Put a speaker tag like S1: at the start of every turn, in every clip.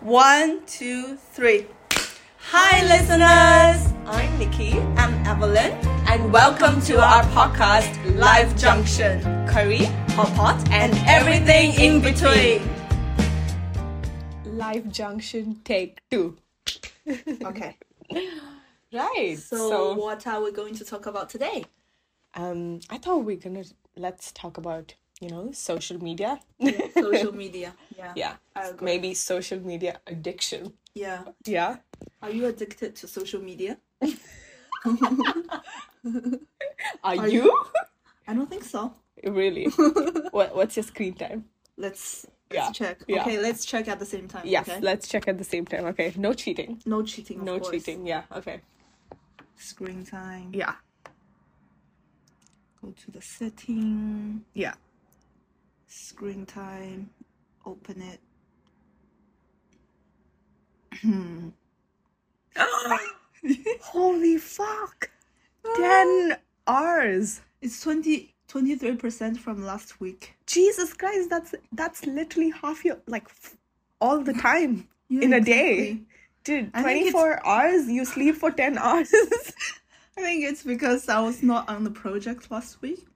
S1: One, two, three. Hi, listeners.
S2: I'm Nikki,
S1: I'm Evelyn,
S2: and welcome to our podcast, Live Junction Curry, Hot Pot, and everything in between. Live Junction Take Two.
S1: Okay.
S2: Right.
S1: So, what are we going to talk about today?
S2: um, I thought we are gonna let's talk about you know social media.
S1: Social media. Yeah.
S2: yeah,
S1: I agree.
S2: maybe social media addiction.
S1: Yeah.
S2: Yeah.
S1: Are you addicted to social media?
S2: Are,
S1: Are
S2: you?
S1: I don't think so.
S2: really? what What's your screen time?
S1: Let's, let's
S2: Yeah.
S1: check.
S2: Yeah.
S1: Okay, let's check at the same time.
S2: Yes.
S1: Okay?
S2: Let's check at the same time. Okay. No cheating.
S1: No cheating. Of
S2: No
S1: course.
S2: cheating. Yeah. Okay.
S1: Screen time.
S2: Yeah.
S1: Go to the setting.
S2: Yeah.
S1: Screen time. Open it.
S2: Holy fuck! 10 hours!
S1: It's 20, 23% from last week.
S2: Jesus Christ, that's that's literally half your like f- all the time
S1: Yeah,
S2: in a day.
S1: exactly.
S2: Dude,
S1: I think it's-
S2: 24 hours, you sleep for 10 hours.
S1: I think it's because I was not on the project last week.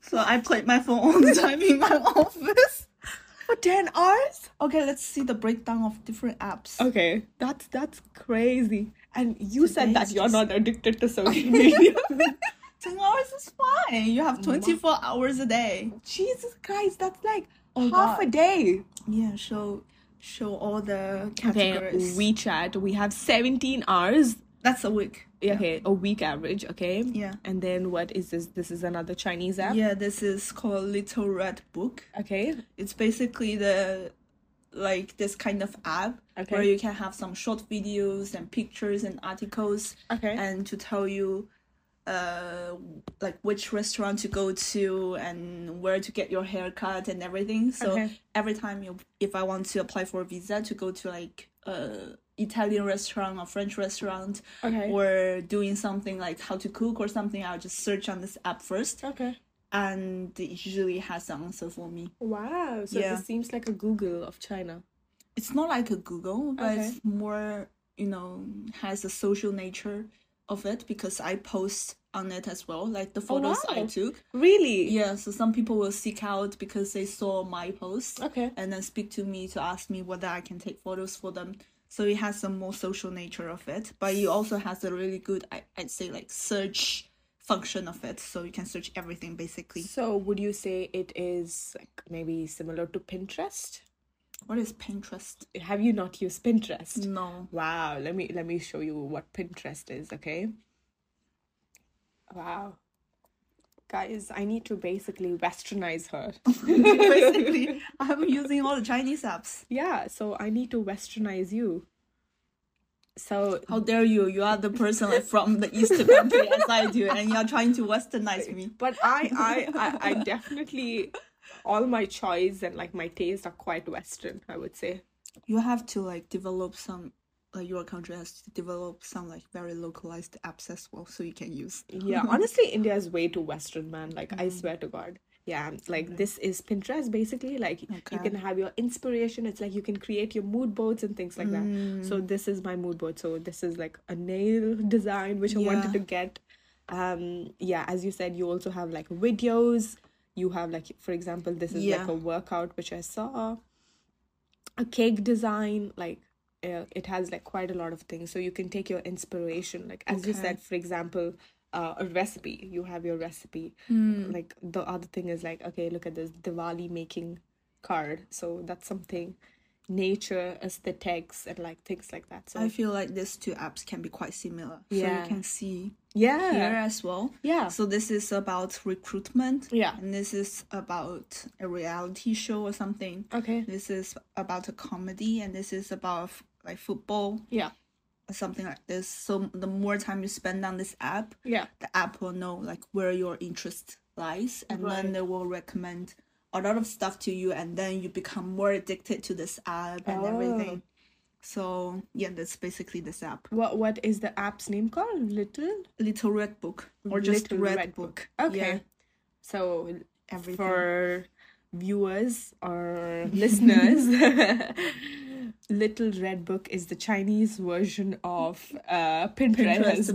S1: So I played my phone all the time in my office.
S2: for 10 hours?
S1: Okay, let's see the breakdown of different apps.
S2: Okay, that's that's crazy. And you said
S1: Today
S2: that
S1: is
S2: you're
S1: just-
S2: not addicted to social media.
S1: 10 hours is fine. You have 24 hours a day.
S2: Jesus Christ, that's like
S1: Oh,
S2: half
S1: God.
S2: a day.
S1: Yeah, show show all the
S2: Okay,
S1: categories.
S2: WeChat, we have 17 hours
S1: That's a week.
S2: Yeah, okay a week average okay
S1: Yeah.
S2: and then what is this this is another chinese app
S1: Yeah, this is called Little Red Book.
S2: okay
S1: It's basically the like this kind of app
S2: Okay.
S1: where you can have some short videos and pictures and articles
S2: okay
S1: and to tell you uh like which restaurant to go to and where to get your haircut and everything so
S2: Okay.
S1: every time you if i want to apply for a visa to go to like uh italian restaurant or french restaurant
S2: okay
S1: or doing something like how to cook or something i'll just search on this app first
S2: okay
S1: and it usually has an answer for me
S2: wow so
S1: Yeah.
S2: this seems like a google of china
S1: it's not like a Google, but
S2: Okay.
S1: it's more, you know, has a social nature of it because I post on it as well, like the photos I
S2: Oh, wow.
S1: took.
S2: really
S1: Yeah, so some people will seek out because they saw my post
S2: okay
S1: and then speak to me to ask me whether I can take photos for them. So it has some more social nature of it, but it also has a really good, I, I'd say, like search function of it. So you can search everything basically.
S2: so would you say it is like maybe similar to pinterest
S1: What is Pinterest?
S2: have you not used pinterest
S1: No.
S2: wow let me let me show you what pinterest is okay wow guys i need to basically westernize her
S1: basically, I'm using all the Chinese apps.
S2: Yeah, so I need to westernize you. So
S1: How dare you? You are the person like from the East Country as I do, and you are trying to westernize me.
S2: but I I I, I definitely all my choice and like my taste are quite western, I would say.
S1: You have to like develop some, like your country has to develop some like very localized apps as well, so you can use.
S2: Yeah, honestly India is way too western, man. Like
S1: Mm-hmm.
S2: I swear to god. Yeah, like this is Pinterest basically. Like
S1: Okay.
S2: you can have your inspiration. It's like you can create your mood boards and things like that.
S1: Mm.
S2: So this is my mood board. So this is like a nail design which I wanted
S1: Yeah.
S2: to get. um yeah as you said you also have like videos you have like for example this is like
S1: Yeah.
S2: a workout which i saw a cake design like uh, it has like quite a lot of things so you can take your inspiration like as you
S1: Okay.
S2: said for example uh, a recipe you have your recipe
S1: Hmm.
S2: like the other thing is like okay look at this diwali making card so that's something nature aesthetics and like things like that so
S1: I feel like these two apps can be quite similar, so
S2: Yeah.
S1: you can see
S2: yeah
S1: here as well.
S2: yeah
S1: So this is about recruitment.
S2: Yeah.
S1: and this is about a reality show or something.
S2: okay
S1: This is about a comedy, and this is about like football.
S2: yeah
S1: or something like this. So the more time you spend on this app,
S2: yeah
S1: the app will know like where your interest lies, and then
S2: Right.
S1: they will recommend a lot of stuff to you, and then you become more addicted to this app and
S2: Oh.
S1: everything. So yeah, that's basically this app,
S2: What what is the app's name called? Little
S1: Little Red Book or just
S2: Little
S1: Red,
S2: Red
S1: Book.
S2: Okay.
S1: Yeah,
S2: So
S1: everything.
S2: for viewers or listeners, Little Red Book is the Chinese version of uh, Pinterest,
S1: Pinterest,
S2: basically.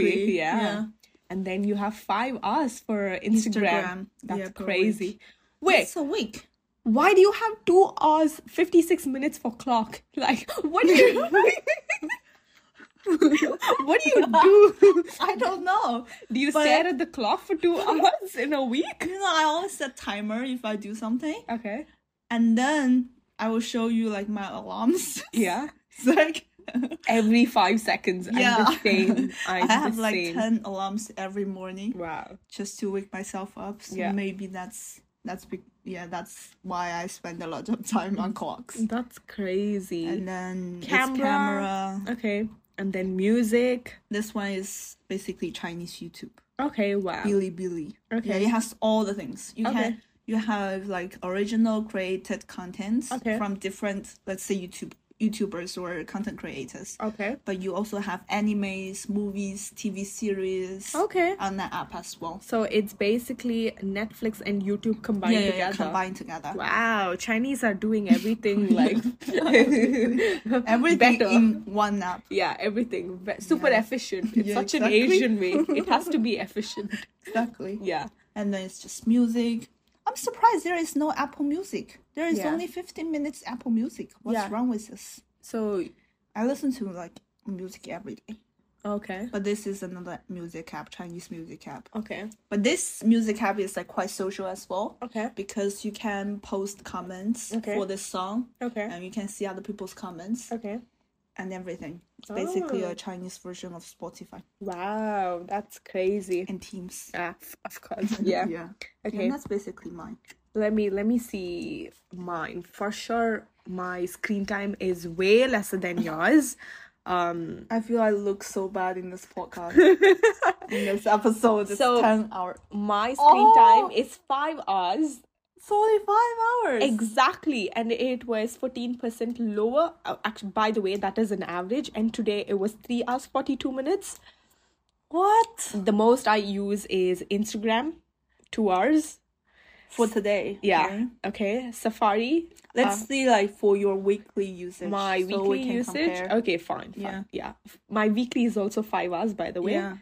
S1: basically,
S2: Yeah.
S1: yeah.
S2: And then you have five hours for Instagram.
S1: Instagram,
S2: That's
S1: yeah, per
S2: crazy.
S1: week.
S2: Wait,
S1: It's a week.
S2: why do you have two hours, 56 minutes for clock? Like, what do you, what do, you do?
S1: I don't know.
S2: Do you
S1: But-
S2: stare at the clock for two hours in a week?
S1: You know, I always set timer if I do something,
S2: Okay.
S1: and then I will show you like my alarms.
S2: Yeah.
S1: it's like
S2: Every five seconds.
S1: yeah,
S2: I'm the same.
S1: I
S2: I'm
S1: have
S2: the
S1: like
S2: same.
S1: ten alarms every morning
S2: Wow.
S1: just to wake myself up. So
S2: Yeah.
S1: maybe that's that's be- yeah that's why I spend a lot of time on clocks.
S2: That's crazy.
S1: And then
S2: Camera.
S1: It's camera.
S2: okay. And then music.
S1: This one is basically Chinese YouTube.
S2: Okay, wow.
S1: Billy Billy.
S2: Okay.
S1: Yeah, it has all the things. You
S2: Okay.
S1: can you have like original created contents
S2: Okay.
S1: from different let's say YouTube YouTubers or content creators.
S2: Okay.
S1: But you also have animes, movies, TV series
S2: Okay.
S1: on that app as well.
S2: So it's basically Netflix and YouTube combined
S1: yeah, yeah, yeah,
S2: together.
S1: combined together.
S2: Wow, Chinese are doing everything like
S1: Everything
S2: better.
S1: in one app.
S2: yeah, everything Ve- super
S1: Yeah.
S2: efficient. It's
S1: Yeah,
S2: such
S1: exactly.
S2: an Asian way. It has to be efficient.
S1: Exactly.
S2: Yeah.
S1: And then it's just music. I'm surprised there is no Apple Music. There is
S2: Yeah.
S1: only 15 minutes Apple Music. What's
S2: Yeah.
S1: wrong with this?
S2: So
S1: I listen to like music every day.
S2: okay,
S1: But this is another music app, Chinese music app.
S2: okay,
S1: But this music app is like quite social as well
S2: okay,
S1: because you can post comments
S2: Okay.
S1: for this song
S2: okay,
S1: and you can see other people's comments
S2: okay.
S1: and everything. It's basically
S2: Oh.
S1: a Chinese version of Spotify
S2: Wow, that's crazy.
S1: and Teams.
S2: Ah, f- of course. Yeah.
S1: Yeah.
S2: Okay.
S1: And that's basically mine.
S2: let me let me see mine for sure my screen time is way lesser than yours um
S1: I feel I look so bad in this podcast. in this episode, it's
S2: So-
S1: 10 hours.
S2: my screen
S1: Oh!
S2: time is five hours
S1: It's only five hours.
S2: exactly and it was 14% lower Uh, actually by the way that is an average and today it was three hours 42 minutes
S1: what?
S2: the most i use is instagram two hours
S1: For today.
S2: yeah Um,
S1: okay?
S2: okay safari
S1: Let's see, like for your weekly usage.
S2: my
S1: so we
S2: weekly
S1: can
S2: usage
S1: compare.
S2: okay fine, fine yeah
S1: Yeah.
S2: yeah my weekly is also five hours by the way
S1: Yeah.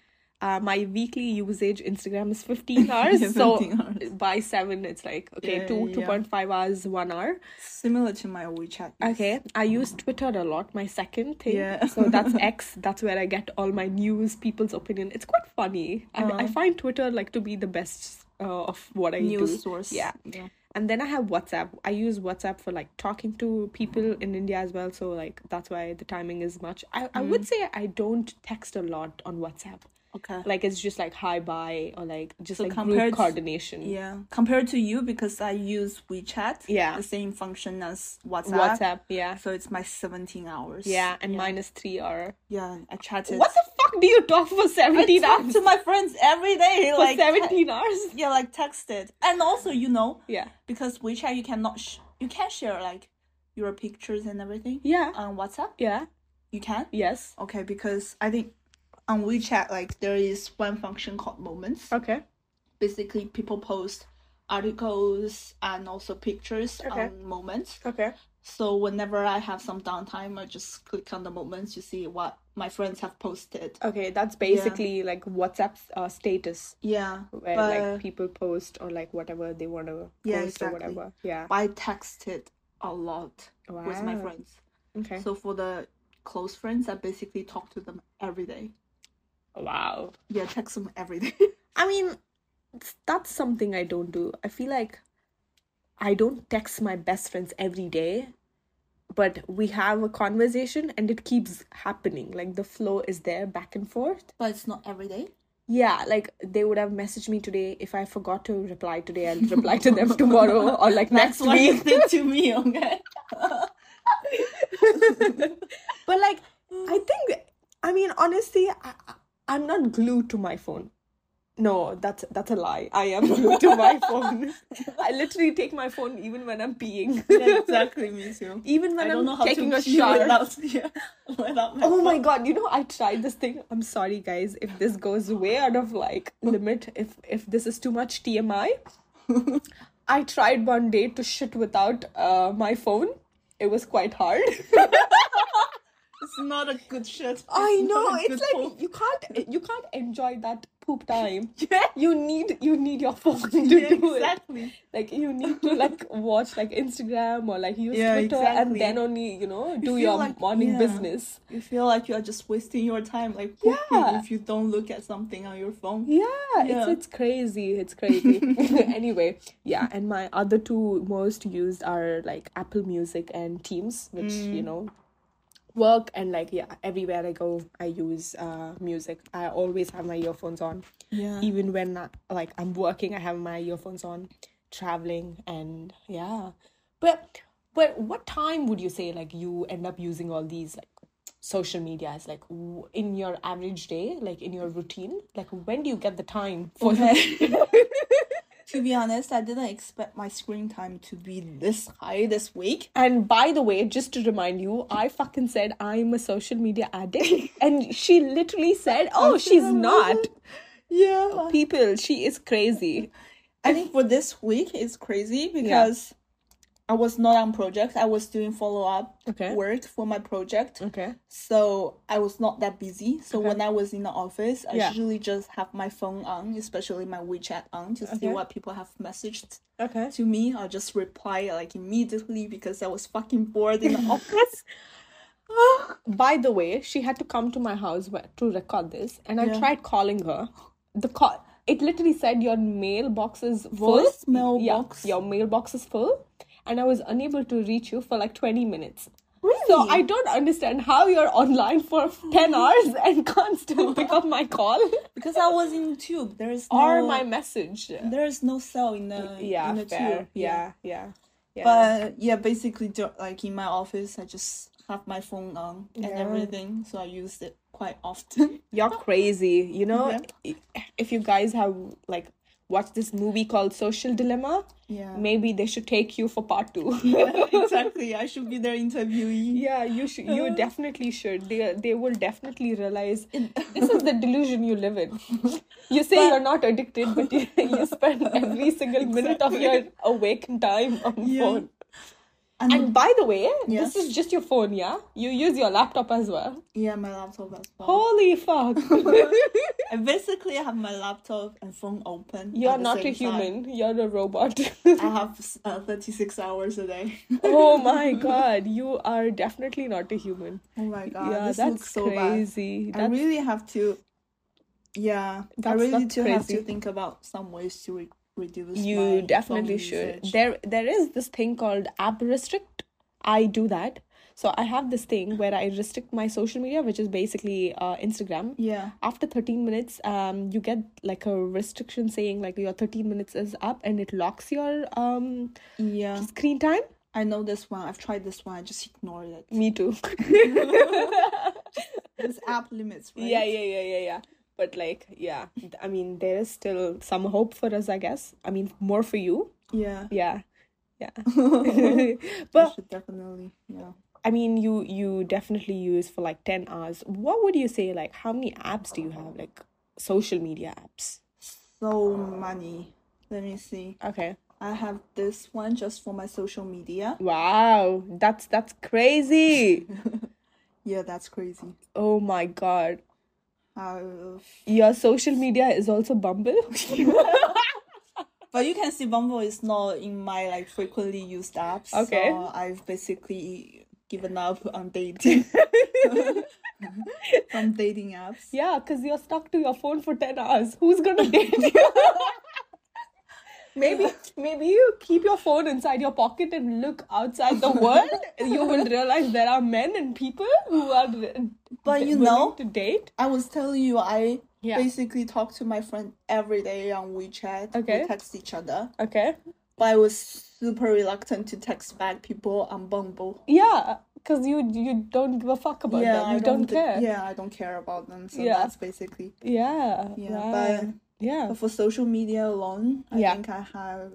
S2: uh, my weekly usage instagram is 15 hours
S1: Yeah,
S2: so
S1: 15 hours.
S2: by 7 it's like okay
S1: Yeah,
S2: 2
S1: yeah, yeah.
S2: 2.5 hours 1 hour
S1: Similar to my WeChat. use.
S2: okay i use twitter a lot my second thing
S1: Yeah.
S2: so that's x that's where i get all my news people's opinion it's quite funny I, I find twitter like to be the best uh, of what i
S1: News
S2: do
S1: source.
S2: yeah and then I have WhatsApp. I use WhatsApp for like talking to people in India as well. So like that's why the timing is much. I, I
S1: Mm.
S2: would say I don't text a lot on WhatsApp.
S1: Okay.
S2: Like it's just like hi bye or like just like
S1: compared
S2: group
S1: to-
S2: coordination.
S1: yeah. Compared to you, because I use WeChat.
S2: Yeah.
S1: The same function as WhatsApp.
S2: WhatsApp, yeah.
S1: So it's my 17 hours.
S2: Yeah, and mine is three hour.
S1: Yeah. I chatted.
S2: What the fuck do you talk for
S1: I
S2: seventeen
S1: talk
S2: hours?
S1: to
S2: For
S1: my friends every day. like
S2: seventeen hours?
S1: Yeah, like texted. And also, you know,
S2: Yeah.
S1: because WeChat, you cannot, sh- you can share like your pictures and everything.
S2: Yeah.
S1: On WhatsApp,
S2: Yeah.
S1: you can.
S2: Yes.
S1: Okay, because I think on WeChat, like there is one function called Moments.
S2: Okay.
S1: Basically, people post articles and also pictures
S2: Okay.
S1: on Moments.
S2: Okay.
S1: So whenever I have some downtime, I just click on the Moments to see what my friends have posted.
S2: Okay. That's basically like WhatsApp's uh, status
S1: Yeah,
S2: where
S1: but-
S2: like people post or like whatever they want to
S1: Yeah,
S2: post
S1: exactly.
S2: or whatever. Yeah.
S1: I texted a lot with my
S2: Wow.
S1: friends.
S2: Okay.
S1: So for the close friends, I basically talk to them every day.
S2: wow.
S1: Yeah, text them every day.
S2: I mean, it's- that's something I don't do. I feel like I don't text my best friends every day, but we have a conversation and it keeps happening. Like the flow is there back and forth.
S1: but it's not every day.
S2: Yeah, like they would have messaged me today. If I forgot to reply today, I'll reply to them tomorrow or like next
S1: That's what you
S2: week.
S1: think to me, okay?
S2: But like, I think, I mean, honestly, I, I- I'm not glued to my phone. No, that's that's a lie. I am glued to my phone. I literally take my phone even when I'm peeing.
S1: exactly, me too.
S2: even when
S1: I don't
S2: I'm
S1: know how
S2: taking
S1: to
S2: a
S1: pee
S2: shower.
S1: without, yeah, without my
S2: Oh my god, you know I tried this thing. I'm sorry guys if this goes way out of like limit if if this is too much TMI. I tried one day to shit without uh, my phone. it was quite hard.
S1: It's not a good shit.
S2: I
S1: not
S2: know.
S1: a
S2: It's
S1: good
S2: like
S1: poop.
S2: you can't you can't enjoy that poop time.
S1: yeah.
S2: You need you need your phone to
S1: yeah,
S2: do it.
S1: exactly.
S2: Like you need to like watch like Instagram or like use
S1: Yeah,
S2: Twitter
S1: exactly.
S2: and then only, you know, do
S1: feel
S2: your
S1: like-
S2: morning
S1: yeah.
S2: business.
S1: You feel like you are just wasting your time, like pooping
S2: Yeah.
S1: if you don't look at something on your phone.
S2: Yeah,
S1: Yeah.
S2: It's, it's crazy. It's crazy. anyway, yeah. And my other two most used are like Apple Music and Teams, which, you
S1: Mm.
S2: know, work and like, yeah, everywhere I go, I use uh, music. I always have my earphones on.
S1: Yeah.
S2: Even when I, like I'm working, I have my earphones on, traveling and yeah. But but what time would you say like you end up using all these like social media as like w- in your average day, like in your routine? Like when do you get the time for
S1: To be honest, I didn't expect my screen time to be this high this week.
S2: And by the way, just to remind you, I fucking said I'm a social media addict. and she literally said, Oh, she's
S1: I wasn't.
S2: not.
S1: Yeah.
S2: People, she is crazy.
S1: I think for this week it's crazy because I was not on project. I was doing follow up
S2: Okay. Mm.
S1: work for my project.
S2: Okay.
S1: So I was not that busy. So when I was in the office, I
S2: Yeah.
S1: usually just have my phone on, especially my WeChat on to see
S2: Okay.
S1: what people have messaged
S2: Okay.
S1: to me. I'll just reply like immediately because I was fucking bored in the office.
S2: By the way, she had to come to my house where- to record this, and I
S1: Yeah.
S2: tried calling her. The call it literally said your mailbox is full.
S1: Voicemail
S2: yeah,
S1: box.
S2: your mailbox is full, and I was unable to reach you for like twenty minutes.
S1: Really?
S2: So I don't understand how you're online for ten hours and can't still pick up my call
S1: because I was in tube. There is no
S2: or my message.
S1: there is no cell in the
S2: Yeah,
S1: in the
S2: fair.
S1: tube.
S2: Yeah, yeah, yeah.
S1: But yeah, basically, dur- like in my office, I just have my phone on and
S2: Yeah.
S1: everything, so I use it quite often.
S2: You're crazy. You know,
S1: Oh. Yeah.
S2: i- if you guys have like watched this movie called Social Dilemma,
S1: Yeah.
S2: maybe they should take you for part two.
S1: exactly. I should be their interviewee.
S2: yeah, you should. You
S1: Uh.
S2: definitely should. They they will definitely realize this is the delusion you live in. You say you're not addicted, but you, you spend every single minute of your awake time on phone.
S1: And,
S2: And by the way,
S1: Yeah.
S2: this is just your phone, yeah. You use your laptop as well.
S1: yeah, my laptop as well.
S2: Holy fuck!
S1: And basically, I have my laptop and phone open.
S2: You're
S1: at the
S2: not a
S1: same time.
S2: human. You're a robot.
S1: I have uh, 36 hours a day.
S2: oh my god, you are definitely not a human.
S1: Oh my god,
S2: yeah,
S1: this
S2: that's
S1: looks so bad.
S2: crazy.
S1: I
S2: That's-
S1: really have to. Yeah, I
S2: That's-
S1: really
S2: that's
S1: do have to
S2: crazy.
S1: think about some ways to re- reduce. my
S2: you
S1: phone
S2: definitely should.
S1: usage.
S2: There, there is this thing called app restrict. I do that. So I have this thing where I restrict my social media, which is basically uh, Instagram.
S1: Yeah.
S2: After 13 minutes, um, you get like a restriction saying like your 13 minutes is up, and it locks your um
S1: Yeah,
S2: screen time.
S1: I know this one. I've tried this one. I just ignored it.
S2: Me too.
S1: This app limits, right?
S2: Yeah, yeah, yeah, yeah, yeah. But like, yeah, th- I mean, there is still some hope for us, I guess. I mean, more for you.
S1: yeah.
S2: Yeah, yeah.
S1: I
S2: but
S1: should definitely. Yeah.
S2: I mean, you you definitely use for like ten hours. What would you say? Like, how many apps do you have? Like, social media apps.
S1: So many. Let me see.
S2: Okay.
S1: I have this one just for my social media.
S2: Wow, that's that's crazy.
S1: Yeah, that's crazy.
S2: oh my god,
S1: Uh,
S2: your social media is also Bumble.
S1: but you can see Bumble is not in my like frequently used apps.
S2: Okay.
S1: So I've basically given up on dating. From dating apps.
S2: Yeah, because you're stuck to your phone for 10 hours. Who's gonna date you? maybe maybe you keep your phone inside your pocket and look outside the world. you will realize there are men and people who are
S1: But you
S2: willing
S1: know,
S2: to date.
S1: I was telling you, I
S2: Yeah.
S1: basically talk to my friend every day on WeChat.
S2: Okay.
S1: We text each other.
S2: Okay.
S1: But I was super reluctant to text back people on Bumble.
S2: Yeah, because you you don't give a fuck about them.
S1: I
S2: You don't,
S1: thi-
S2: care.
S1: Yeah, I don't care about them. So
S2: Yeah.
S1: that's basically.
S2: Yeah.
S1: Yeah,
S2: right.
S1: but-
S2: yeah.
S1: But for social media alone, I
S2: Yeah.
S1: think I have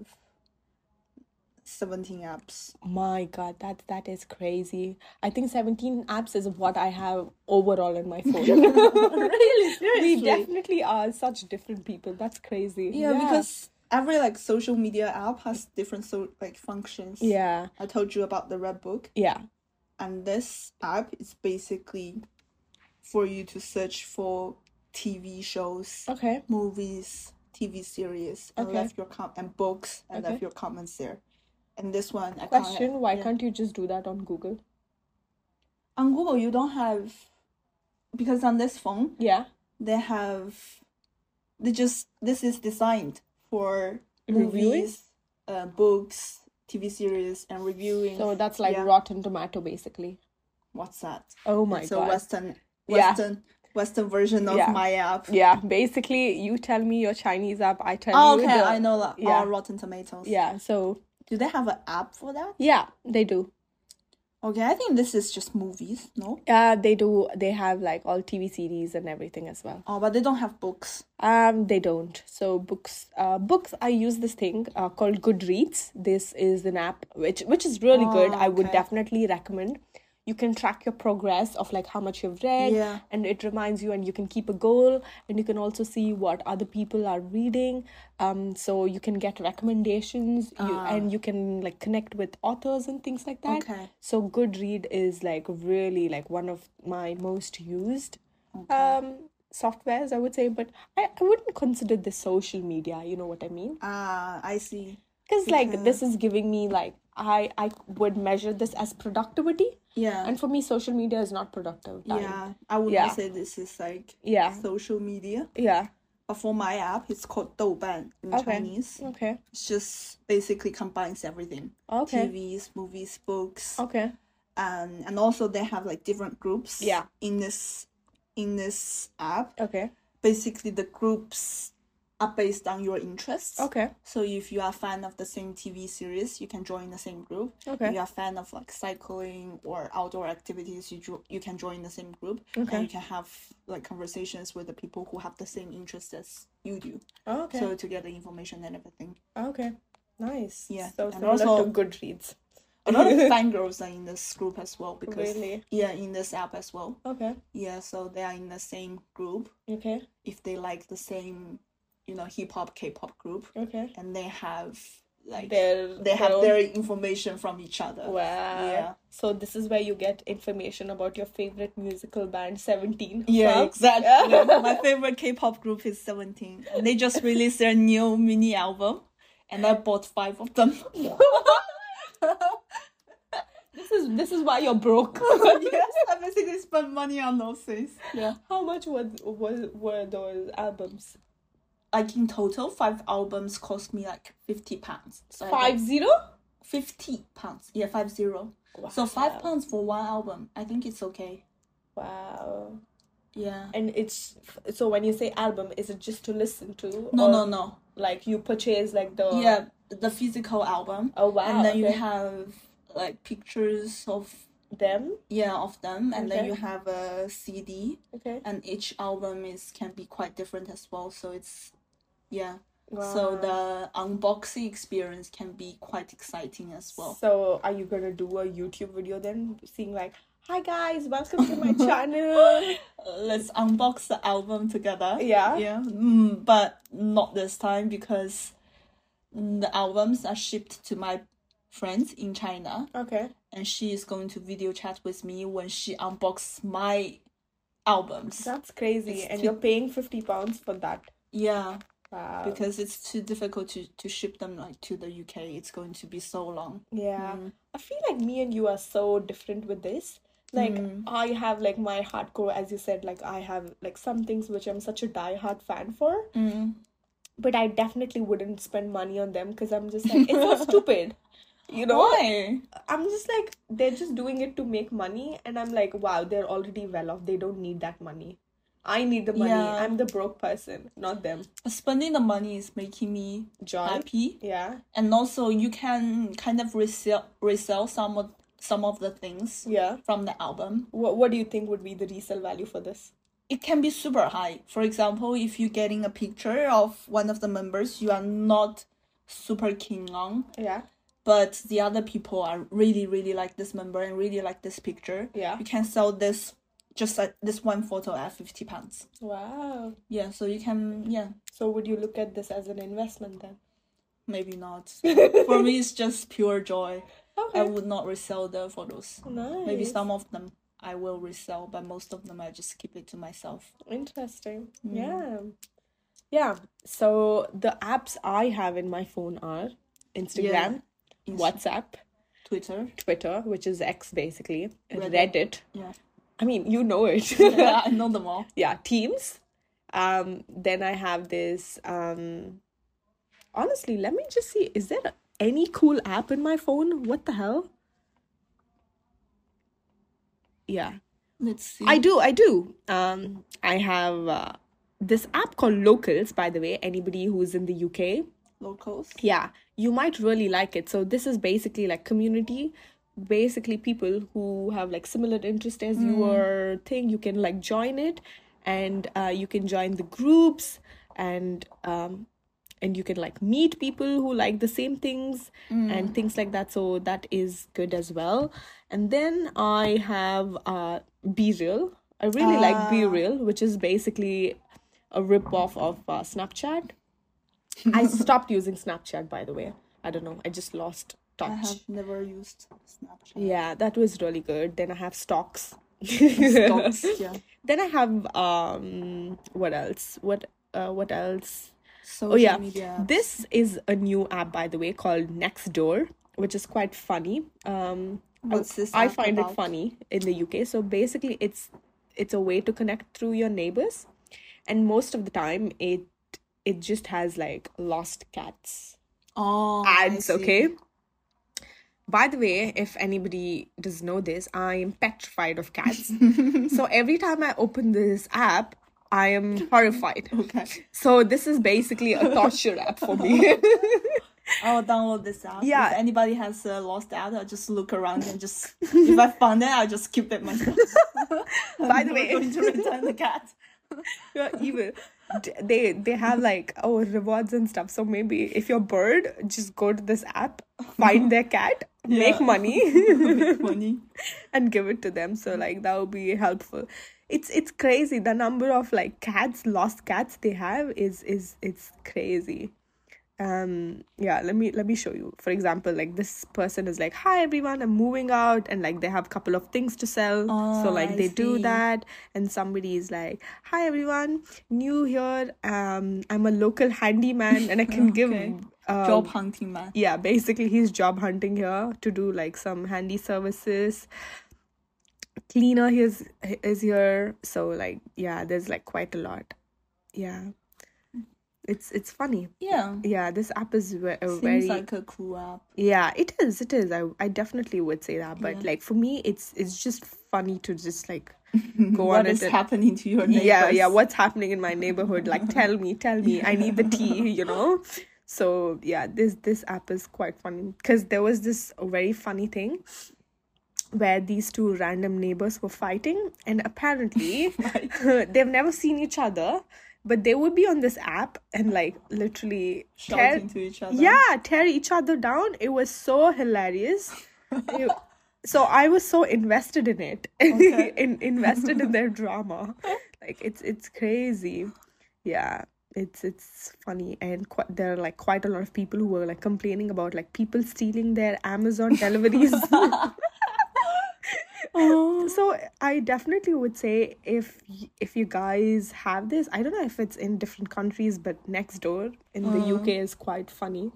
S1: 17 apps.
S2: My God, that that is crazy. I think seventeen apps is what I have overall in my phone. really,
S1: seriously?
S2: we definitely are such different people. That's crazy.
S1: Yeah, because every like social media app has different so like functions.
S2: Yeah.
S1: I told you about the red book,
S2: Yeah.
S1: and this app is basically for you to search for TV shows,
S2: Okay.
S1: movies, TV series, and
S2: Okay.
S1: left your com and books and
S2: Okay.
S1: left your comments there. And this one, I
S2: Question:
S1: can't,
S2: Why
S1: yeah.
S2: can't you just do that on Google?
S1: on Google you don't have because on this phone
S2: Yeah.
S1: they have they just this is designed for
S2: Reviewing?
S1: movies, uh, books, TV series, and reviewing.
S2: So that's like
S1: Yeah.
S2: Rotten Tomato, basically.
S1: What's that?
S2: Oh my
S1: it's a
S2: god.
S1: Western,
S2: Yeah.
S1: Western, Western version of
S2: Yeah.
S1: my app.
S2: yeah. Basically, you tell me your Chinese app. I tell
S1: Oh,
S2: you.
S1: okay,
S2: the-
S1: I know that.
S2: yeah.
S1: Oh, Rotten Tomatoes.
S2: Yeah. So
S1: Do they have an app for that?
S2: yeah, they do.
S1: Okay, I think this is just movies. No.
S2: Uh, they do. They have like all TV series and everything as well.
S1: Oh, but they don't have books.
S2: Um, they don't. So books, uh, books. I use this thing uh, called Goodreads. This is an app which which is really good.
S1: Oh,
S2: I would
S1: okay.
S2: definitely recommend. You can track your progress of like how much you've read,
S1: Yeah.
S2: and it reminds you, and you can keep a goal, and you can also see what other people are reading. Um, so you can get recommendations, you,
S1: Ah.
S2: and you can like connect with authors and things like that.
S1: Okay.
S2: So Goodread is like really like one of my most used um softwares, I would say, but I, I wouldn't consider this social media, you know what I mean?
S1: Ah, I see.
S2: Because like this is giving me like I I would measure this as productivity.
S1: Yeah.
S2: And for me social media is not productive time.
S1: yeah, I would
S2: Yeah.
S1: not say this is like
S2: Yeah.
S1: social media.
S2: Yeah.
S1: But for my app, it's called Douban in
S2: Okay.
S1: Chinese.
S2: Okay.
S1: It's just basically combines everything.
S2: Oh, Okay. Oh.
S1: TVs, movies, books,
S2: Okay.
S1: and and also they have like different groups.
S2: Yeah.
S1: In this in this app,
S2: Okay.
S1: basically the groups are based on your interests.
S2: Okay.
S1: So if you are a fan of the same TV series, you can join the same group.
S2: Okay.
S1: If you are a fan of like cycling or outdoor activities, you jo- you can join the same group.
S2: Okay.
S1: And you can have like conversations with the people who have the same interests as you do.
S2: Okay.
S1: So to get the information and everything.
S2: okay. Nice.
S1: Yeah,
S2: So
S1: and
S2: similar
S1: also-
S2: to Goodreads.
S1: A lot of fangirls are in this group as well because
S2: Really?
S1: yeah, in this app as well.
S2: Okay.
S1: Yeah, so they are in the same group
S2: Okay.
S1: if they like the same, you know, hip hop, K-pop group,
S2: Okay.
S1: and they have like
S2: Their,
S1: they have
S2: own-
S1: their information from each other.
S2: Wow.
S1: Yeah.
S2: So this is where you get information about your favorite musical band, Seventeen.
S1: Yeah,
S2: Wow.
S1: exactly. My favorite K-pop group is Seventeen, and they just released their new mini album, and I bought five of them.
S2: This is this is why you're broke.
S1: yes, I basically spent money on those things. Yeah,
S2: How much was was were those albums?
S1: like in total, five albums cost me like fifty pounds. So I
S2: Five zero.
S1: got fifty pounds. Yeah, five zero. So five pounds for one album. I think it's okay.
S2: Wow.
S1: Yeah.
S2: And it's so when you say album, is it just to listen to?
S1: No,
S2: or
S1: no, no.
S2: Like you purchase like the.
S1: Yeah, the physical album,
S2: Oh wow.
S1: and then you
S2: okay.
S1: have like pictures of
S2: them.
S1: yeah of them, and then
S2: Okay.
S1: you have a CD.
S2: Okay.
S1: and each album is can be quite different as well so it's yeah so the unboxing experience can be quite exciting as well
S2: So are you gonna do a YouTube video then, seeing like, hi guys, welcome to my channel.
S1: Uh, let's unbox the album together
S2: Yeah.
S1: yeah mm, but not this time because the albums are shipped to my friends in china
S2: Okay.
S1: and she is going to video chat with me when she unboxes my albums
S2: That's crazy.
S1: It's
S2: and
S1: too-
S2: you're paying 50 pounds for that.
S1: yeah
S2: Wow.
S1: because it's too difficult to, to ship them like to the uk it's going to be so long
S2: yeah.
S1: Hmm.
S2: I feel like me and you are so different with this. Like
S1: Hmm.
S2: I have like my hardcore as you said like I have like some things which I'm such a diehard fan for.
S1: Hmm.
S2: But I definitely wouldn't spend money on them because I'm just like it's so stupid. You know?
S1: why
S2: I'm just like they're just doing it to make money and I'm like wow, they're already well off. They don't need that money. I need the money.
S1: Yeah.
S2: I'm the broke person, not them.
S1: spending the money is making me
S2: Joy.
S1: happy
S2: Yeah.
S1: and also you can kind of resell resell some of some of the things
S2: Yeah.
S1: from the album
S2: What What do you think would be the resale value for this?
S1: it can be super high for example if you're getting a picture of one of the members you are not super keen on
S2: Yeah.
S1: but the other people are really really like this member and really like this picture
S2: Yeah.
S1: you can sell this just like this one photo at 50 pounds
S2: Wow.
S1: yeah so you can yeah
S2: So would you look at this as an investment then?
S1: maybe not. For me, it's just pure joy. I
S2: Um,
S1: would not resell the photos.
S2: nice.
S1: Maybe some of them I will resell, but most of them I just keep it to myself.
S2: Interesting. Yeah. Hmm. Yeah. So the apps I have in my phone are Instagram,
S1: Inst-
S2: WhatsApp,
S1: Twitter.
S2: Twitter, which is X basically,
S1: Reddit.
S2: Reddit.
S1: Yeah.
S2: I mean, you know it.
S1: yeah, I know them all.
S2: yeah, Teams. Um, then I have this. Um, honestly, let me just see. Is there any cool app in my phone? What the hell? Yeah,
S1: Let's see.
S2: I do. I do. Um, I have uh, this app called Locals. By the way, anybody who's in the UK,
S1: Locals.
S2: yeah, you might really like it. So this is basically like community, basically people who have like similar interest as you or thing. You can like join it, and uh, you can join the groups, and um, and you can like meet people who like the same things and things like that. So that is good as well. And then I have uh, Be Real. I really like Be Real, which is basically a rip off of uh, Snapchat. I stopped using Snapchat, by the way. I don't know. I just lost touch.
S1: I have never used Snapchat.
S2: Yeah, that was really good. Then I have stocks.
S1: Docs, yeah.
S2: Then I have um what else? What uh what else?
S1: Social
S2: Oh yeah.
S1: media.
S2: This is a new app by the way called Nextdoor, which is quite funny. Um I-
S1: What's this
S2: I
S1: app
S2: find
S1: about?
S2: it funny in the UK. So basically it's it's a way to connect through your neighbors. And most of the time it it just has like lost cats
S1: Oh, I
S2: ads,
S1: see.
S2: okay? By the way, if anybody does know this, I am petrified of cats. so every time I open this app, I am horrified.
S1: Okay.
S2: So this is basically a torture app for me.
S1: I'll download this app.
S2: Yeah.
S1: If anybody has a lost ad, I'll just look around and just if I find it, I'll just keep it myself.
S2: By the
S1: Never
S2: way,
S1: going to return the cat.
S2: you're evil. D- They they have like oh rewards and stuff. So maybe if you're bird, just go to this app, find their cat, make
S1: Yeah.
S2: money.
S1: Money.
S2: and give it to them so like that would be helpful it's it's crazy the number of like cats lost cats they have is is it's crazy um yeah let me let me show you for example like this person is like hi everyone i'm moving out and like they have a couple of things to sell so
S1: Oh,
S2: like
S1: I
S2: they do
S1: see.
S2: that and somebody is like hi everyone new here um i'm a local handyman and i can
S1: Okay.
S2: give uh,
S1: Job hunting man.
S2: yeah basically he's job hunting here to do like some handy services cleaner is is here so like yeah there's like quite a lot yeah it's it's funny
S1: Yeah.
S2: yeah this app is ve- a
S1: Seems
S2: very
S1: like a cool app.
S2: yeah it is it is i, I definitely would say that but
S1: Yeah.
S2: like for me it's it's just funny to just like go on
S1: What
S2: it
S1: is
S2: and-
S1: happening to your neighbors?
S2: yeah yeah what's happening in my neighborhood like tell me tell me i need the tea you know so yeah this this app is quite funny because there was this very funny thing where these two random neighbors were fighting and apparently
S1: Oh
S2: they've never seen each other but they would be on this app and like literally tear-
S1: Shouting to each other.
S2: yeah, tear each other down. It was so hilarious. It- so I was so invested in it, in, invested in their drama. Like it's it's crazy. Yeah, it's it's funny, and qu- there are like quite a lot of people who were like complaining about like people stealing their Amazon deliveries. so I definitely would say if y- if you guys have this, I don't know if it's in different countries, but next door in the UK is quite funny.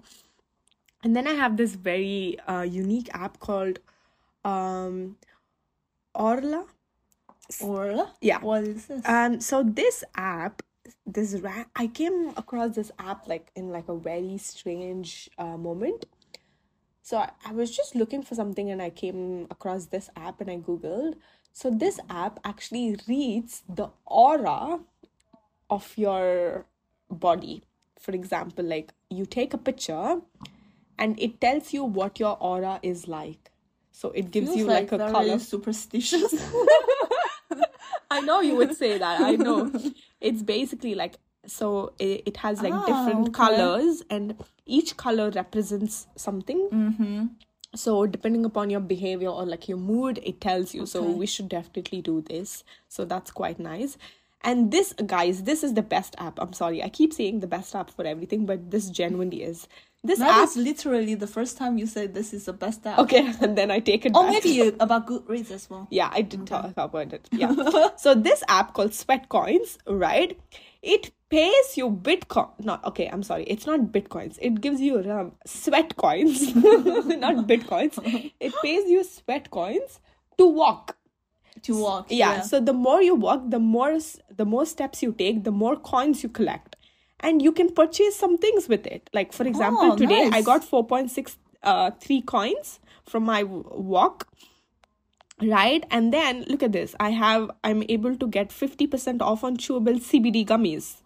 S2: And then I have this very uh, unique app called um, Orla.
S1: Or
S2: Yeah.
S1: What is this?
S2: Um, so this app, this ra- I came across this app like in like a very strange uh, moment. So I, I was just looking for something and I came across this app and I googled. So this app actually reads the aura of your body. For example, like you take a picture and it tells you what your aura is like. So it gives
S1: Feels
S2: you like, a
S1: very
S2: color.
S1: superstitious.
S2: I know you would say that. I know. It's basically like so it, it has like
S1: Ah,
S2: different
S1: okay.
S2: colors and each color represents something. Mm-hmm. So depending upon your behavior or like your mood, it tells you. So we should definitely do this. So that's quite nice. And this guys, this is the best app. I'm sorry. I keep saying the best app for everything, but this genuinely is. This
S1: That
S2: app.
S1: is literally the first time you said this is the best app.
S2: Okay, and then I take it
S1: Or
S2: back.
S1: Oh, maybe you, about Goodreads as well.
S2: Yeah, I did talk about it. Yeah. so this app called Sweatcoins, right? It pays you Bitcoin. Not okay. I'm sorry. It's not Bitcoins. It gives you um, sweat coins, not Bitcoins. It pays you sweat coins to walk.
S1: To walk.
S2: Yeah, So the more you walk, the more s- the more steps you take, the more coins you collect, and you can purchase some things with it. Like for example,
S1: Oh,
S2: today I
S1: nice.
S2: got four point six uh three coins from my w- walk. Right, and then look at this. I have I'm able to get fifty percent off on chewable CBD gummies.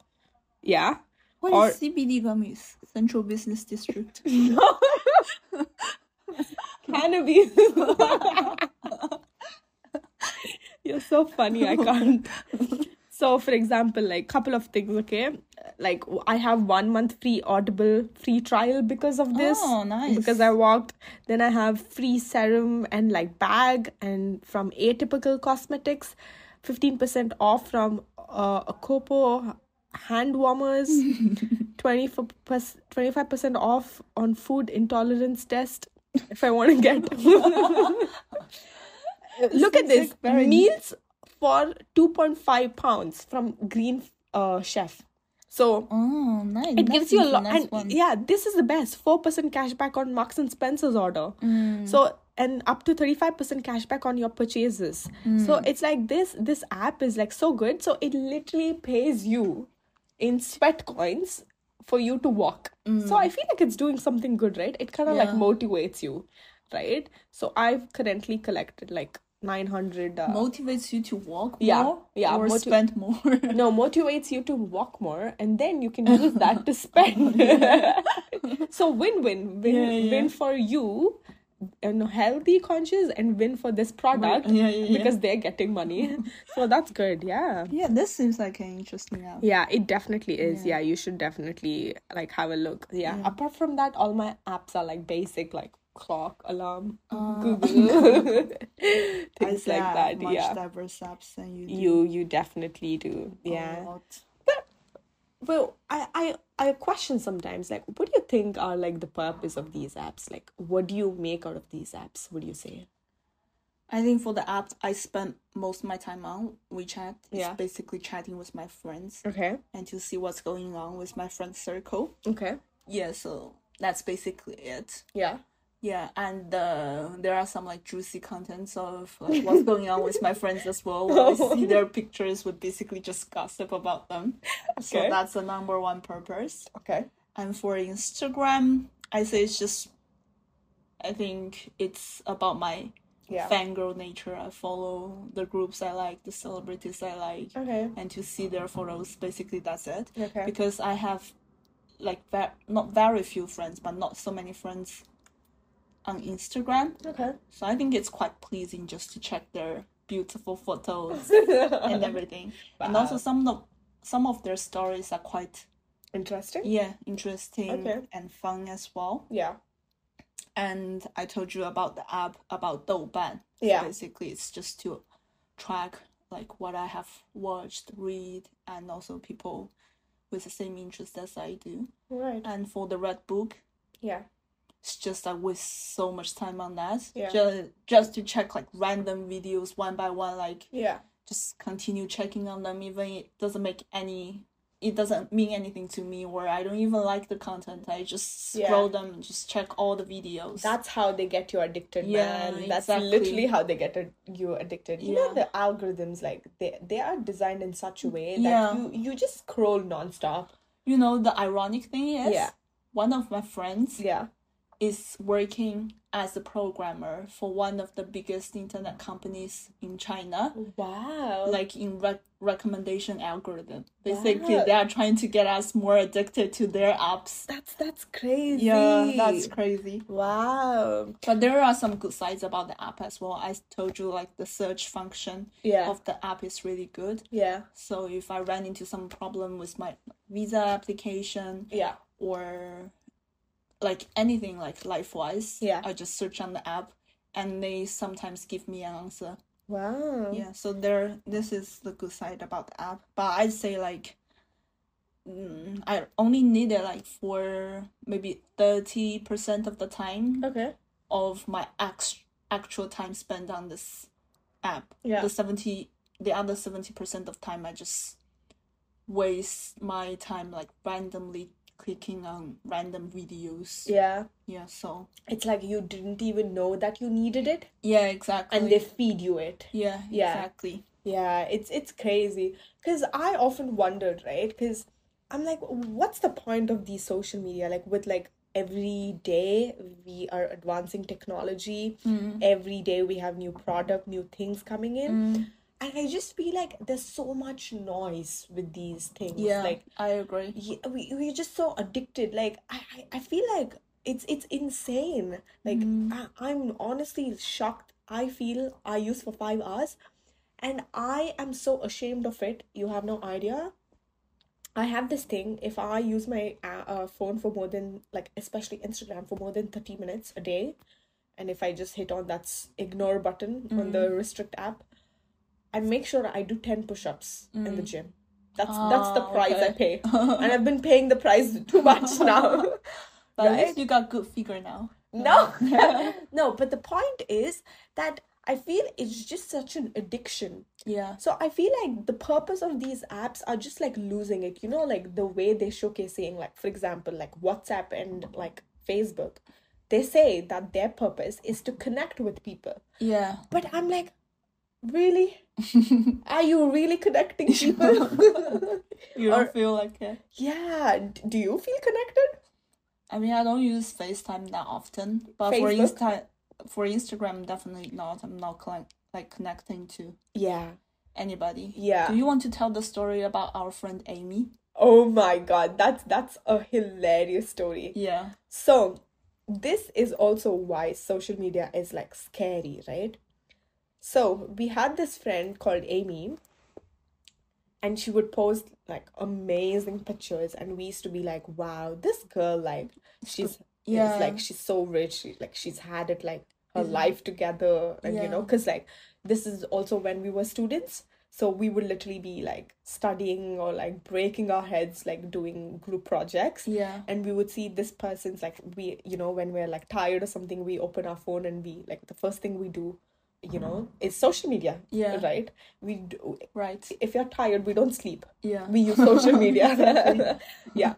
S2: Yeah.
S1: What
S2: Or-
S1: is CBD gummies? Central Business District.
S2: cannabis. You're so funny. I can't. So, for example, like couple of things. Okay, like w- I have one month free Audible free trial because of this.
S1: Oh, nice.
S2: Because I walked. Then I have free serum and like bag and from Atypical Cosmetics, fifteen percent off from uh, Acopo hand warmers. 25 percent off on food intolerance test if I want to get. Look at
S1: Seems
S2: this
S1: like very-
S2: meals for 2.5 pounds from Green uh, Chef. So
S1: Oh, nice.
S2: it gives you a lot, and yeah, this is the best four percent cashback on Marks and Spencer's order.
S1: Mm.
S2: So and up to thirty five percent cashback on your purchases. So
S1: Mm.
S2: it's like this. This app is like so good. So it literally pays you in sweat coins for you to walk. So I feel like it's doing something good, right? It kind of like
S1: Mm. Yeah.
S2: motivates you, right? So I've currently collected like nine hundred. Uh,
S1: motivates you to walk
S2: Yeah,
S1: more
S2: yeah,
S1: or
S2: motiv-
S1: spend more.
S2: no, motivates you to walk more, and then you can use that to spend. so win-win, win,
S1: Yeah, yeah.
S2: win for you, you know, healthy conscious, and win for this product
S1: yeah, yeah, yeah.
S2: because they're getting money. so that's good. Yeah.
S1: yeah, this seems like an interesting app.
S2: Yeah, it definitely is. Yeah. you should definitely like have a look. Yeah. Apart from that, all my apps are like basic, like clock, alarm, Google, things
S1: Ah. I say
S2: like
S1: I have
S2: that.
S1: Much
S2: Yeah,
S1: diverse apps than you. Do.
S2: you you definitely do. Yeah.
S1: A lot.
S2: Well, I, I I question sometimes like what do you think are like the purpose of these apps? Like what do you make out of these apps? What do you say?
S1: I think for the app I spend most of my time on WeChat. It's
S2: Yeah.
S1: basically chatting with my friends
S2: Okay.
S1: and to see what's going on with my friend circle.
S2: Okay.
S1: Yeah, so that's basically it.
S2: Yeah.
S1: Yeah, and uh, there are some like juicy contents of like what's going on with my friends as well. When I
S2: Oh.
S1: see their pictures, we basically just gossip about them. So
S2: Okay.
S1: that's the number one purpose.
S2: Okay.
S1: And for Instagram, I say it's just, I think it's about my
S2: Yeah.
S1: fangirl nature. I follow the groups I like, the celebrities I like,
S2: Okay.
S1: and to see their photos. Basically, that's it.
S2: Mm-hmm. Okay.
S1: Because I have, like, ver- not very few friends, but not so many friends on Instagram.
S2: Okay.
S1: So I think it's quite pleasing just to check their beautiful photos and everything. And also some of some of their stories are quite
S2: Interesting.
S1: yeah interesting
S2: Okay.
S1: and fun as well.
S2: Yeah.
S1: And I told you about the app about Douban.
S2: Yeah.
S1: Basically, it's just to track like what I have watched, read, and also people with the same interest as I do.
S2: Right.
S1: And for the red book,
S2: Yeah.
S1: it's just I waste so much time on that.
S2: Yeah.
S1: Just, just to check like random videos one by one, like
S2: Yeah.
S1: just continue checking on them, even it doesn't make any, it doesn't mean anything to me, or I don't even like the content. I just
S2: Yeah.
S1: scroll them and just check all the videos.
S2: That's how they get you addicted,
S1: Yeah,
S2: man. That's
S1: exactly.
S2: literally how they get ad- you addicted. You know
S1: Yeah.
S2: the algorithms like they they are designed in such a way that
S1: Yeah.
S2: you you just scroll nonstop.
S1: you know the ironic thing is,
S2: Yeah.
S1: one of my friends
S2: Yeah.
S1: is working as a programmer for one of the biggest internet companies in China.
S2: Wow.
S1: like in rec recommendation algorithm. Basically,
S2: Wow.
S1: they are trying to get us more addicted to their apps.
S2: That's that's crazy.
S1: Yeah, that's crazy.
S2: wow.
S1: But there are some good sides about the app as well. I told you like the search function
S2: Yeah.
S1: of the app is really good.
S2: Yeah.
S1: So if I ran into some problem with my visa application
S2: Yeah.
S1: or like anything like life-wise,
S2: Yeah.
S1: I just search on the app and they sometimes give me an answer.
S2: Wow. Mm-hmm.
S1: Yeah, so there this is the good side about the app. But I'd say like mm, I only need it like for maybe thirty percent of the time
S2: Okay.
S1: of my act- actual time spent on this app.
S2: Yeah.
S1: The seventy, the other seventy percent of time, I just waste my time like randomly clicking on random videos.
S2: Yeah.
S1: Yeah. So
S2: It's like you didn't even know that you needed it
S1: yeah, exactly.
S2: and they feed you it.
S1: yeah,
S2: Yeah.
S1: exactly.
S2: Yeah, it's it's crazy because I often wondered, right? Because I'm like, what's the point of these social media? Like with like every day we are advancing technology. Every day we have new product, new things coming in, and I just feel like there's so much noise with these things.
S1: Yeah,
S2: Like
S1: I agree.
S2: yeah, we we're just so addicted. Like I I, I feel like it's it's insane. Like I, I'm honestly shocked. I feel I use for five hours, and I am so ashamed of it. You have no idea. I have this thing. If I use my uh, uh, phone for more than like especially Instagram for more than thirty minutes a day, and if I just hit on that s- ignore button on the
S1: Mm.
S2: restrict app, I make sure I do ten push-ups in the gym. That's that's the
S1: Mm. Ah,
S2: price I
S1: okay.
S2: pay, and I've been paying the price too much now.
S1: But at
S2: Right?
S1: least you got good figure now.
S2: no, no. But the point is that I feel it's just such an addiction.
S1: Yeah.
S2: So I feel like the purpose of these apps are just like losing it. You know, like the way they showcasing, like for example, like WhatsApp and like Facebook. They say that their purpose is to connect with people.
S1: Yeah.
S2: But I'm like, really? Are you really connecting people?
S1: You
S2: Or-
S1: don't feel like it.
S2: yeah. d- Do you feel connected?
S1: I mean, I don't use FaceTime that often, but for
S2: Facebook?
S1: Insta, for Instagram, definitely not. I'm not cl- like connecting to
S2: Yeah.
S1: anybody.
S2: Yeah.
S1: Do you want to tell the story about our friend Amy?
S2: Oh my god, that's that's a hilarious story.
S1: Yeah.
S2: So, this is also why social media is like scary, right? So, we had this friend called Amy, and she would post like amazing pictures, and we used to be like, wow, this girl, like, she's yeah.
S1: Yeah.
S2: like she's so rich, she, like she's had it like her life together, and you know, because like this is also when we were students. So we would literally be like studying or like breaking our heads, like doing group projects
S1: Yeah.
S2: and we would see this person's like we you know when we're like tired or something we open our phone and we like the first thing we do you know is social media
S1: Yeah.
S2: right we do
S1: Right.
S2: if you're tired we don't sleep
S1: Yeah.
S2: we use social media yeah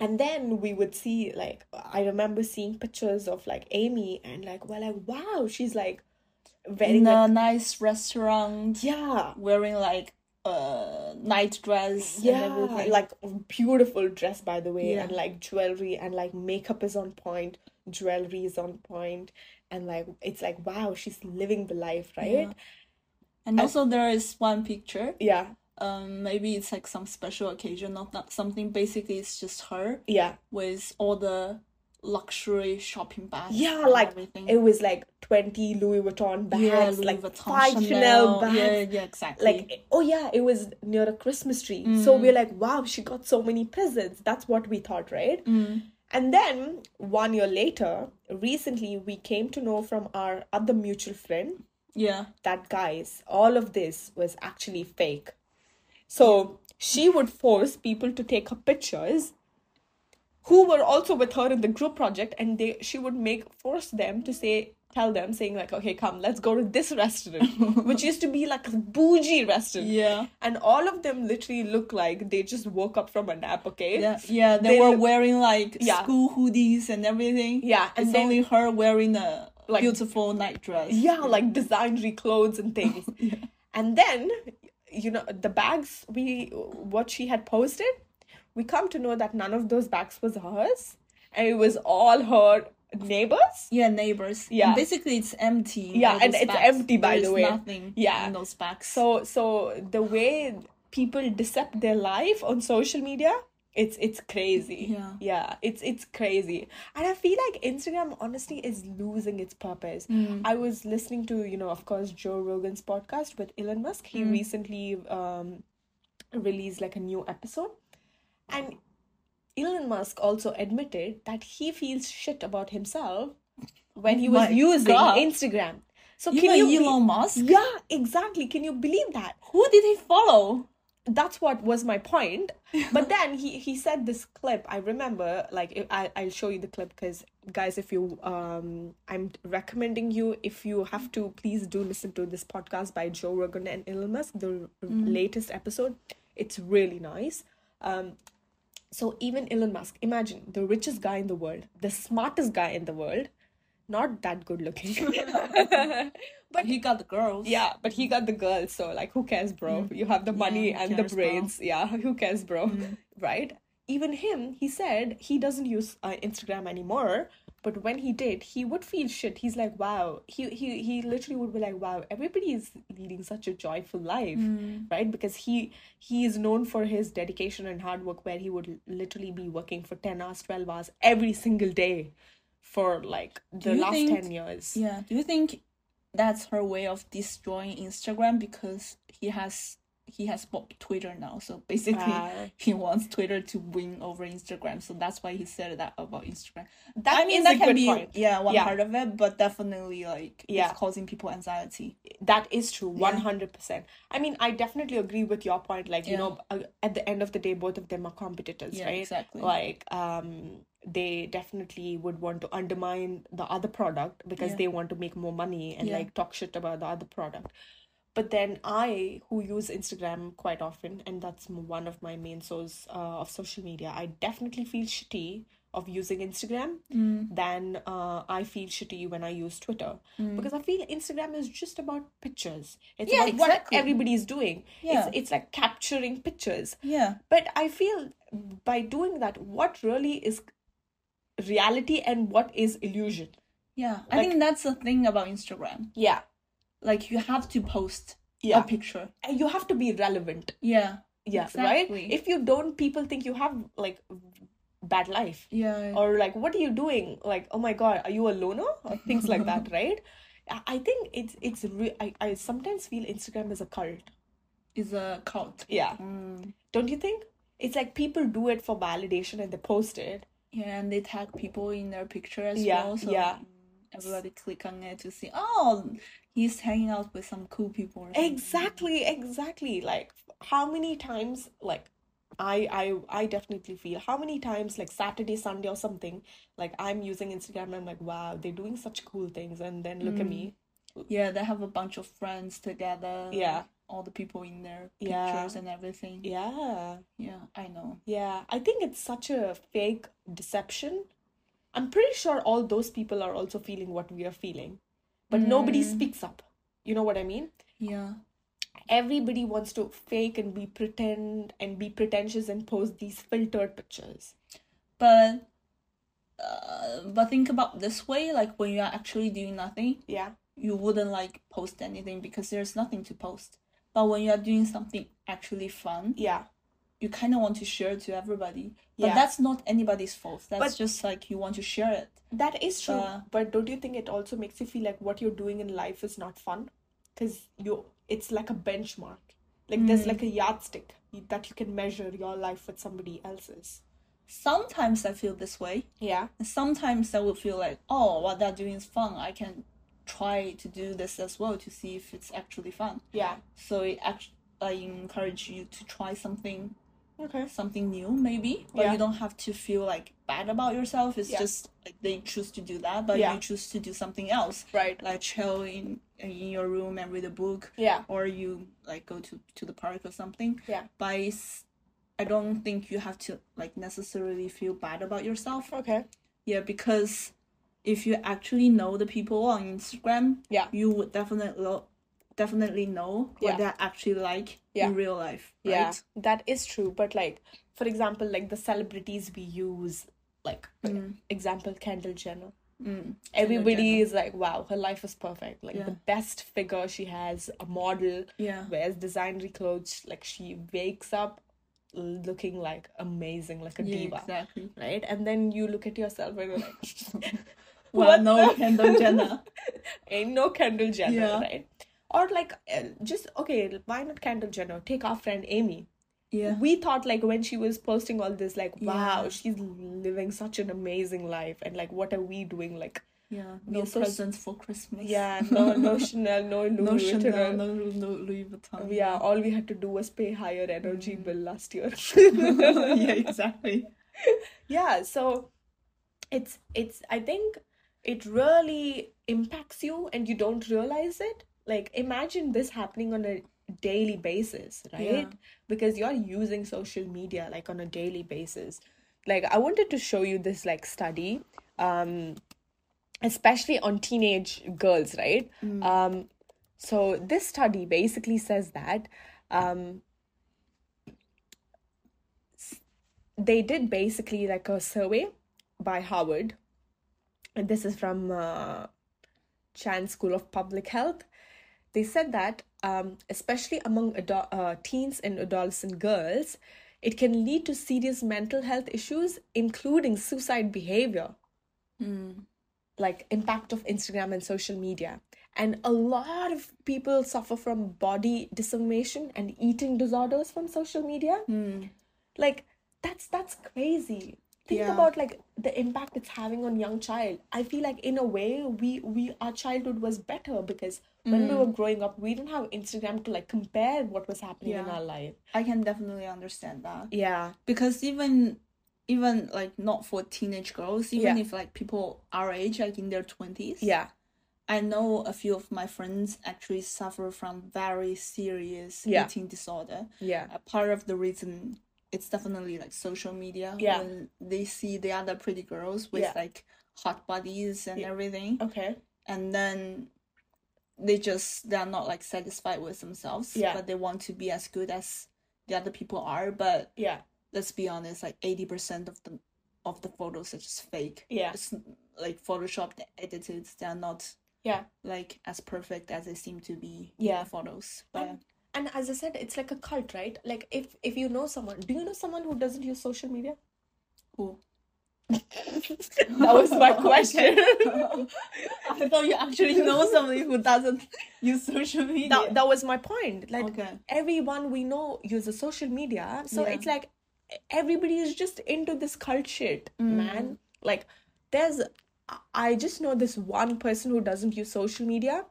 S2: and then we would see like i remember seeing pictures of like amy and like we're like wow she's like very
S1: In
S2: like,
S1: a nice restaurant,
S2: yeah
S1: wearing like a night dress
S2: yeah
S1: and everything.
S2: like beautiful dress by the way
S1: Yeah.
S2: and like jewelry and like makeup is on point jewelry is on point and like it's like wow she's living the life right
S1: and also, there is one picture.
S2: yeah
S1: Um, maybe it's like some special occasion, not not something. Basically, it's just her.
S2: yeah
S1: with all the luxury shopping bags
S2: yeah,
S1: and
S2: like
S1: everything.
S2: it was like 20 louis vuitton bags
S1: yeah, Louis
S2: like
S1: Vuitton,
S2: five chanel, bags
S1: Yeah, yeah, exactly. Mm.
S2: like it- oh yeah it was near a christmas tree so we're like wow she got so many presents that's what we thought right
S1: Mm.
S2: and then one year later recently we came to know from our other mutual friend
S1: yeah,
S2: that guys all of this was actually fake so she would force people to take her pictures who were also with her in the group project and they she would make force them to say tell them saying like okay come let's go to this restaurant which used to be like a bougie restaurant
S1: yeah,
S2: and all of them literally look like they just woke up from a nap okay
S1: yeah, yeah. They,
S2: They
S1: were
S2: look-
S1: wearing like
S2: Yeah.
S1: school hoodies and everything.
S2: Yeah, and
S1: it's
S2: then-
S1: only her wearing a
S2: Like-
S1: beautiful night dress.
S2: yeah like designery clothes and things and then you know the bags we what she had posted we come to know that none of those bags was hers and it was all her neighbors
S1: Yeah, neighbors.
S2: Yeah.
S1: And basically it's empty. in
S2: Yeah,
S1: all
S2: and
S1: those
S2: it's
S1: bags.
S2: empty, by
S1: There
S2: the
S1: is
S2: way.
S1: Nothing.
S2: Yeah.
S1: in those bags.
S2: so so the way people decept their life on social media it's it's crazy
S1: Yeah.
S2: yeah it's it's crazy and i feel like instagram honestly is losing its purpose
S1: Hmm.
S2: i was listening to you know of course joe rogan's podcast with elon musk he
S1: Hmm.
S2: recently um released like a new episode and elon musk also admitted that he feels shit about himself when he was
S1: My
S2: using
S1: God.
S2: instagram so
S1: even
S2: can you be-
S1: Elon Musk,
S2: yeah, exactly. Can you believe that?
S1: who did he follow?
S2: that's what was my point but then he he said this clip i remember like if- I, i'll show you the clip because guys if you um i'm recommending you if you have to please do listen to this podcast by joe rogan and elon musk the r- latest episode it's really nice um so even elon musk imagine the richest guy in the world the smartest guy in the world not that good looking but
S1: he got the girls.
S2: yeah, but he got the girl, so like, who cares, bro? You have the money
S1: Mm. who
S2: and the
S1: cares, bro? Mm.
S2: brains. Yeah, who cares, bro? Right? Even him, he said he doesn't use uh, Instagram anymore. But when he did, he would feel shit. He's like, wow. He he he literally would be like, wow. Everybody is leading such a joyful life,
S1: Mm.
S2: right? Because he he is known for his dedication and hard work, where he would l- literally be working for ten hours, twelve hours every single day, for like the
S1: you
S2: last
S1: think-
S2: ten years.
S1: Yeah. Do you think that's her way of destroying Instagram because he has he has bought Twitter now, so basically
S2: Ah.
S1: he wants Twitter to win over Instagram, so that's why he said that about Instagram. That I mean
S2: is
S1: that
S2: a
S1: can
S2: good
S1: be
S2: point.
S1: yeah one
S2: Yeah.
S1: part of it, but definitely like
S2: Yeah.
S1: it's causing people anxiety.
S2: that is true
S1: Yeah.
S2: 100% i mean i definitely agree with your point like you
S1: Yeah.
S2: know uh, at the end of the day both of them are competitors
S1: Yeah,
S2: right
S1: exactly.
S2: like um they definitely would want to undermine the other product because
S1: Yeah.
S2: they want to make more money and
S1: Yeah.
S2: like talk shit about the other product but then i who use instagram quite often and that's m- one of my main source uh, of social media i definitely feel shitty of using instagram
S1: Mm.
S2: than uh, i feel shitty when i use twitter because i feel instagram is just about pictures it's
S1: Mm. Yeah,
S2: about
S1: exactly.
S2: what everybody's doing
S1: Yeah.
S2: it's, it's like capturing pictures
S1: Yeah.
S2: but i feel by doing that what really is reality and what is illusion
S1: Yeah. I
S2: Like-
S1: think that's the thing about Instagram.
S2: yeah
S1: Like you have to post
S2: Yeah.
S1: a picture.
S2: and you have to be relevant
S1: Yeah.
S2: yeah
S1: Exactly.
S2: right if you don't people think you have like bad life
S1: Yeah.
S2: or like what are you doing like oh my god are you a loner or things like that right I- i think it's it's re- I, I sometimes feel instagram is a cult
S1: is a cult.
S2: yeah
S1: Mm.
S2: don't you think it's like people do it for validation and they post it
S1: Yeah, and they tag people in their picture as
S2: Yeah,
S1: well. So
S2: yeah.
S1: everybody click on it to see, oh, he's hanging out with some cool people. or something.
S2: exactly exactly like how many times like I I I definitely feel how many times like Saturday Sunday or something like I'm using Instagram and I'm like wow they're doing such cool things and then look at me
S1: Yeah, they have a bunch of friends together. like,
S2: Yeah.
S1: all the people in their
S2: Yeah.
S1: pictures and everything. Yeah.
S2: yeah
S1: I know.
S2: yeah I think it's such a fake deception I'm pretty sure all those people are also feeling what we are feeling but nobody speaks up you know what I mean
S1: Yeah.
S2: everybody wants to fake and be pretend and be pretentious and post these filtered pictures
S1: But uh, but think about this way, like when you are actually doing nothing,
S2: yeah
S1: you wouldn't like post anything because there's nothing to post. But when you are doing something actually fun,
S2: yeah
S1: you kind of want to share it to everybody but
S2: Yeah.
S1: that's not anybody's fault that's
S2: But-
S1: just like you want to share it
S2: that is true
S1: Uh,
S2: but don't you think it also makes you feel like what you're doing in life is not fun because you it's like a benchmark like there's like a yardstick that you can measure your life with somebody else's
S1: sometimes i feel this way
S2: yeah
S1: and sometimes i will feel like oh what they're doing is fun i can try to do this as well to see if it's actually fun
S2: yeah
S1: so it actually i encourage you to try something
S2: okay
S1: something new maybe but
S2: Yeah.
S1: you don't have to feel like bad about yourself it's
S2: Yeah.
S1: just like they choose to do that but
S2: Yeah.
S1: you choose to do something else
S2: right
S1: like chill in in your room and read a book
S2: yeah
S1: or you like go to to the park or something
S2: Yeah.
S1: but it's, i don't think you have to like necessarily feel bad about yourself
S2: okay
S1: yeah because if you actually know the people on instagram
S2: Yeah.
S1: you would definitely lo- definitely know what
S2: Yeah.
S1: they're actually like
S2: Yeah.
S1: in real life right?
S2: Yeah, that is true. But like, for example, like the celebrities we use, like
S1: Hmm. Mm,
S2: example Kendall Jenner. Everybody
S1: Jenner.
S2: is like, wow, her life is perfect. Like the
S1: Yeah.
S2: best figure she has, a model,
S1: Yeah.
S2: wears designer clothes. Like she wakes up looking like amazing, like a
S1: yeah
S2: diva,
S1: exactly
S2: right? And then you look at yourself and you're like,
S1: well
S2: What
S1: no
S2: the-
S1: kendall jenner
S2: ain't no Kendall Jenner,
S1: Yeah.
S2: right? Or like, uh, just okay, why not Kendall Jenner? Take our friend Amy
S1: yeah
S2: we thought like when she was posting all this like wow
S1: Yeah.
S2: she's living such an amazing life and like what are we doing like
S1: Yeah. No
S2: are so s-
S1: presents for Christmas.
S2: Yeah, no, no Chanel, no Louis
S1: no
S2: Vuitton.
S1: Chanel, no, Lu- no Louis Vuitton.
S2: Yeah, all we had to do was pay higher energy
S1: Mm.
S2: bill last year.
S1: yeah, exactly.
S2: yeah so it's it's i think it really impacts you and you don't realize it like imagine this happening on a daily basis right
S1: Yeah.
S2: because you're using social media like on a daily basis like i wanted to show you this like study um especially on teenage girls right um so this study basically says that um they did basically like a survey by Harvard, and this is from uh, Chan School of Public Health. They said that, um, especially among ado- uh, teens and adolescent girls, it can lead to serious mental health issues, including suicide behavior, like impact of Instagram and social media. And a lot of people suffer from body disinformation and eating disorders from social media
S1: Hmm.
S2: like that's that's crazy think
S1: Yeah.
S2: about like the impact it's having on young child i feel like in a way we we our childhood was better because when
S1: Hmm.
S2: we were growing up we didn't have instagram to like compare what was happening in
S1: Yeah.
S2: our life
S1: I can definitely understand that.
S2: yeah
S1: because even even like not for teenage girls even
S2: Yeah.
S1: if like people our age like in their 20s
S2: yeah
S1: i know a few of my friends actually suffer from very serious
S2: Yeah.
S1: eating disorder
S2: yeah
S1: a part of the reason it's definitely like social media
S2: Yeah.
S1: when they see the other pretty girls with
S2: Yeah.
S1: like hot bodies and everything
S2: okay
S1: and then they just they're not like satisfied with themselves
S2: Yeah.
S1: but they want to be as good as the other people are but
S2: yeah
S1: let's be honest, like eighty percent of the of the photos are just fake.
S2: Yeah.
S1: It's like photoshopped, edited. They're not
S2: yeah
S1: like as perfect as they seem to be.
S2: Yeah.
S1: in the photos. But
S2: and as i said it's like a cult right like if if you know someone do you know someone who doesn't use social media
S1: who?
S2: that was my question
S1: I thought you actually know somebody who doesn't use social media.
S2: that, that was my point like
S1: okay.
S2: everyone we know uses social media so
S1: Yeah.
S2: it's like everybody is just into this cult shit
S1: Mm.
S2: man like there's I- i just know this one person who doesn't use social media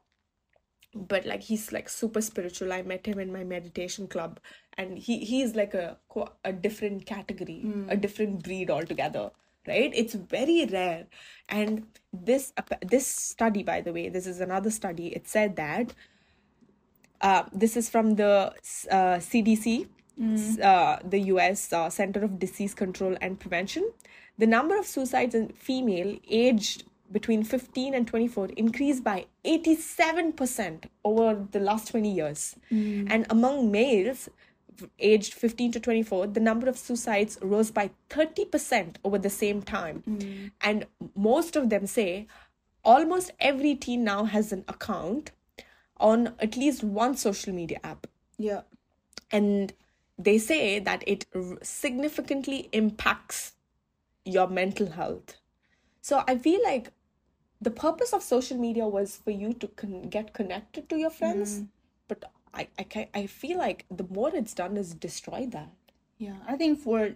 S2: but like he's like super spiritual i met him in my meditation club and he he's like a qu- a different category
S1: Mm.
S2: a different breed altogether right it's very rare and this ap- this study by the way this is another study it said that uh, this is from the uh, CDC, s- uh, the US uh, Center of Disease Control and Prevention. The number of suicides in female aged between 15 and 24 increased by 87% over the last 20 years. And among males v- aged 15 to 24, the number of suicides rose by 30% over the same time. And most of them say almost every teen now has an account on at least one social media app.
S1: Yeah.
S2: And they say that it r- significantly impacts your mental health. So I feel like the purpose of social media was for you to con- get connected to your
S1: Mm-hmm.
S2: friends, but I, I, ca- I feel like the more it's done is destroy that.
S1: Yeah. I think for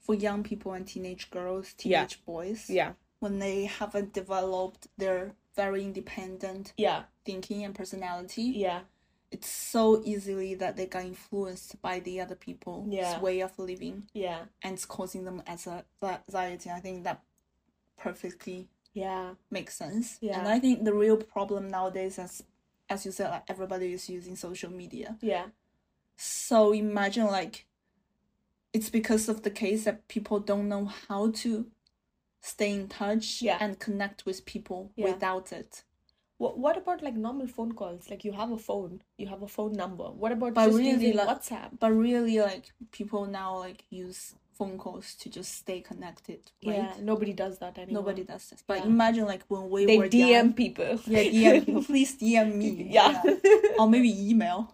S1: for young people and teenage girls,
S2: Yeah.
S1: teenage boys,
S2: Yeah.
S1: when they haven't developed their very independent
S2: Yeah.
S1: thinking and personality,
S2: Yeah.
S1: it's so easily that they got influenced by the other people's
S2: Yeah.
S1: way of living
S2: Yeah.
S1: and it's causing them as a anxiety. I think that perfectly
S2: Yeah.
S1: makes sense. And
S2: Yeah.
S1: I think the real problem nowadays is as you said, like everybody is using social media.
S2: Yeah.
S1: So imagine like it's because of the case that people don't know how to stay in touch
S2: Yeah.
S1: and connect with people
S2: Yeah.
S1: without it.
S2: What, what about like normal phone calls? Like you have a phone, you have a phone number. What about
S1: But
S2: just
S1: really,
S2: using
S1: like-
S2: WhatsApp?
S1: But really, like people now like use phone calls to just stay connected, right?
S2: Yeah, nobody does that anymore.
S1: Nobody does this. But
S2: Yeah.
S1: imagine like when we
S2: They
S1: were
S2: DM
S1: young-
S2: people.
S1: yeah, DM people. Please DM me.
S2: Yeah.
S1: or maybe email.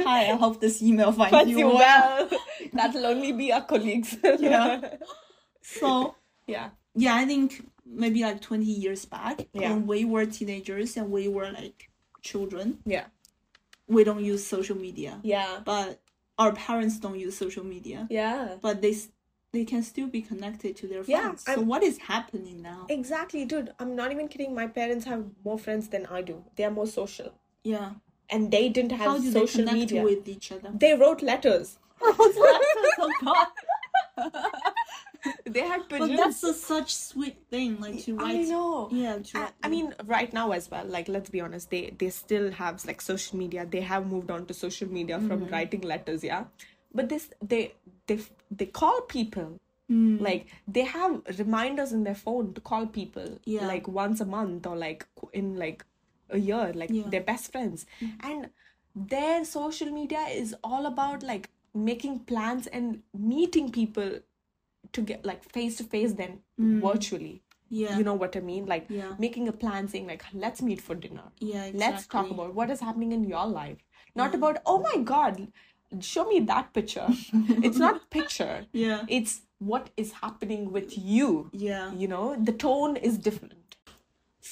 S1: Hi, I hope this email finds
S2: But
S1: you,
S2: you
S1: well.
S2: well. That'll only be our colleagues.
S1: Yeah. So
S2: Yeah.
S1: yeah, I think maybe like twenty years back
S2: Yeah.
S1: when we were teenagers and we were like children,
S2: Yeah.
S1: we don't use social media,
S2: Yeah.
S1: but our parents don't use social media,
S2: Yeah.
S1: but they s- they can still be connected to their
S2: Yeah,
S1: friends. so
S2: I'm-
S1: what is happening now?
S2: Exactly, dude. I'm not even kidding. My parents have more friends than I do. They are more social.
S1: yeah.
S2: And they didn't have
S1: How do they
S2: social
S1: connect
S2: media.
S1: with each other?
S2: They wrote letters.
S1: oh god.
S2: They had pigeons.
S1: But that's a such sweet thing, like to
S2: I
S1: write.
S2: know.
S1: Yeah, to
S2: I,
S1: write-
S2: I mean, right now as well. Like, let's be honest. They they still have like social media. They have moved on to social media
S1: Mm-hmm.
S2: from writing letters. Yeah, but this they they they call people.
S1: Mm.
S2: Like they have reminders in their phone to call people.
S1: Yeah.
S2: Like once a month or like in like a year. Like
S1: Yeah. Mm.
S2: their best friends and their social media is all about like making plans and meeting people to get like face to face then
S1: Mm.
S2: virtually
S1: yeah,
S2: you know what i mean like
S1: Yeah.
S2: making a plan saying like let's meet for dinner
S1: yeah, exactly.
S2: let's talk about what is happening in your life not about oh my god show me that picture it's not picture
S1: Yeah,
S2: it's what is happening with you
S1: yeah.
S2: you know the tone is different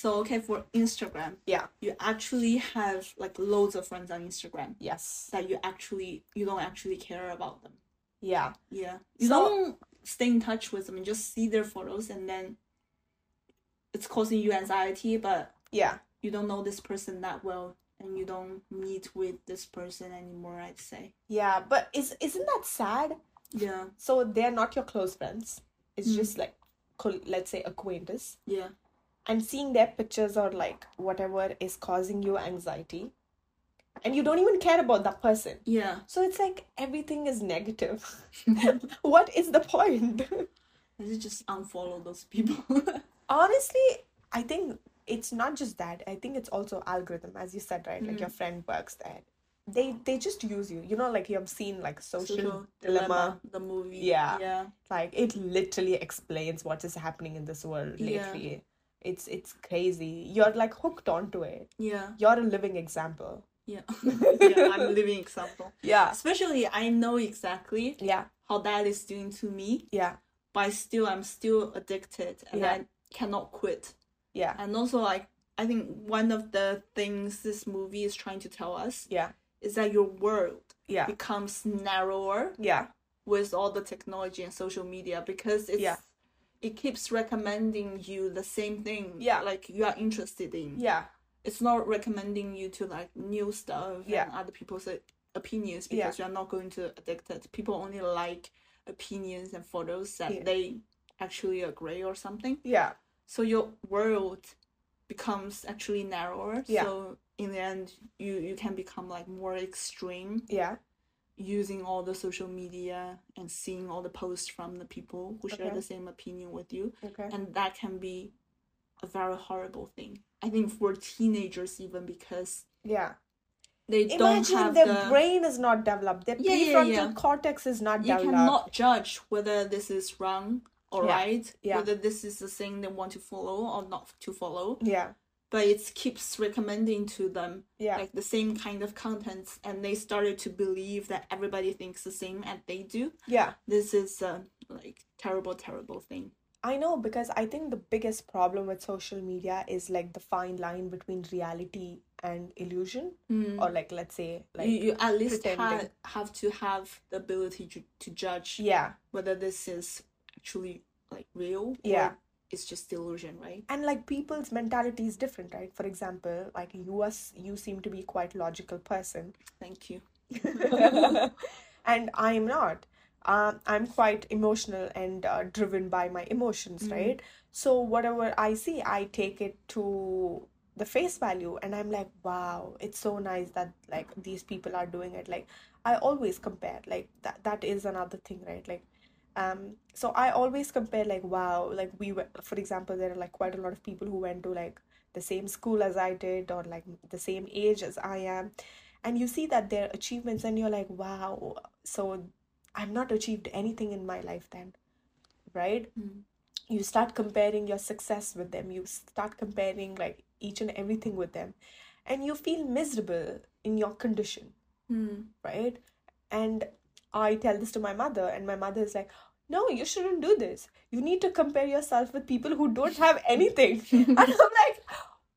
S1: So okay, for Instagram,
S2: yeah
S1: you actually have like loads of friends on Instagram
S2: yes
S1: that you actually you don't actually care about them.
S2: yeah
S1: Yeah, you
S2: So-
S1: don't stay in touch with them. You just see their photos, and then it's causing you anxiety. But
S2: yeah
S1: you don't know this person that well, and you don't meet with this person anymore. I'd say.
S2: yeah but is isn't that sad
S1: Yeah,
S2: so they're not your close friends it's
S1: Hmm.
S2: just like col- let's say acquaintance
S1: yeah,
S2: and seeing their pictures or like whatever is causing you anxiety and you don't even care about that person
S1: yeah.
S2: so it's like everything is negative what is the point
S1: I should just unfollow those people.
S2: honestly i think it's not just that i think it's also algorithm as you said right like your friend works there they they just use you you know like you have seen like social, dilemma.
S1: the movie.
S2: Yeah.
S1: yeah,
S2: like it literally explains what is happening in this world
S1: Yeah.
S2: lately it's it's crazy you're like hooked onto it
S1: yeah,
S2: you're a living example
S1: yeah. yeah I'm a living example.
S2: yeah
S1: Especially, I know exactly
S2: yeah
S1: how that is doing to me,
S2: yeah
S1: but I still, I'm still addicted, and
S2: Yeah.
S1: I cannot quit.
S2: yeah
S1: And also, like, I think one of the things this movie is trying to tell us
S2: yeah
S1: is that your world
S2: yeah
S1: becomes narrower
S2: yeah
S1: with all the technology and social media because it's
S2: Yeah.
S1: it keeps recommending you the same thing
S2: Yeah.
S1: like you are interested in
S2: yeah
S1: it's not recommending you to like new stuff
S2: Yeah.
S1: and other people's uh, opinions
S2: Yeah.
S1: because you're not going to addicted people only like opinions and photos that
S2: Yeah.
S1: they actually agree or something
S2: yeah
S1: so your world becomes actually narrower
S2: Yeah.
S1: so in the end you you can become like more extreme
S2: yeah
S1: using all the social media and seeing all the posts from the people who share
S2: Okay.
S1: the same opinion with you
S2: okay
S1: and that can be a very horrible thing i think for teenagers even because
S2: yeah
S1: they don't
S2: imagine
S1: have
S2: their
S1: the
S2: brain is not developed their
S1: Yeah, yeah,
S2: prefrontal
S1: yeah.
S2: cortex is not
S1: you
S2: developed
S1: cannot judge whether this is wrong or
S2: Yeah.
S1: right
S2: Yeah.
S1: whether this is the thing they want to follow or not to follow
S2: yeah
S1: but it keeps recommending to them
S2: yeah
S1: like the same kind of contents and they started to believe that everybody thinks the same as they do
S2: yeah
S1: this is a like terrible terrible thing
S2: I know because I think the biggest problem with social media is like the fine line between reality and illusion, or like let's say like
S1: Hmm. you, you at least ha-
S2: pretending.
S1: have to have the ability to, to judge
S2: yeah,
S1: whether this is actually like real
S2: Yeah.
S1: or it's just delusion right
S2: and like people's mentality is different, right? For example, like you are s- you seem to be quite logical person,
S1: thank you
S2: and I'm not. Um, I'm quite emotional and uh, driven by my emotions, right? So whatever I see, I take it to the face value, and I'm like, wow, it's so nice that like these people are doing it. Like I always compare, like that that is another thing, right? Like, um, so I always compare, like wow, like we were, for example, there are like quite a lot of people who went to like the same school as I did or like the same age as I am, and you see that their achievements, and you're like, wow, so I've not achieved anything in my life then, right?
S1: Mm-hmm.
S2: You start comparing your success with them. You start comparing like each and everything with them, and you feel miserable in your condition,
S1: Mm-hmm.
S2: right? And I tell this to my mother, and my mother is like, "No, you shouldn't do this. You need to compare yourself with people who don't have anything." and I'm like,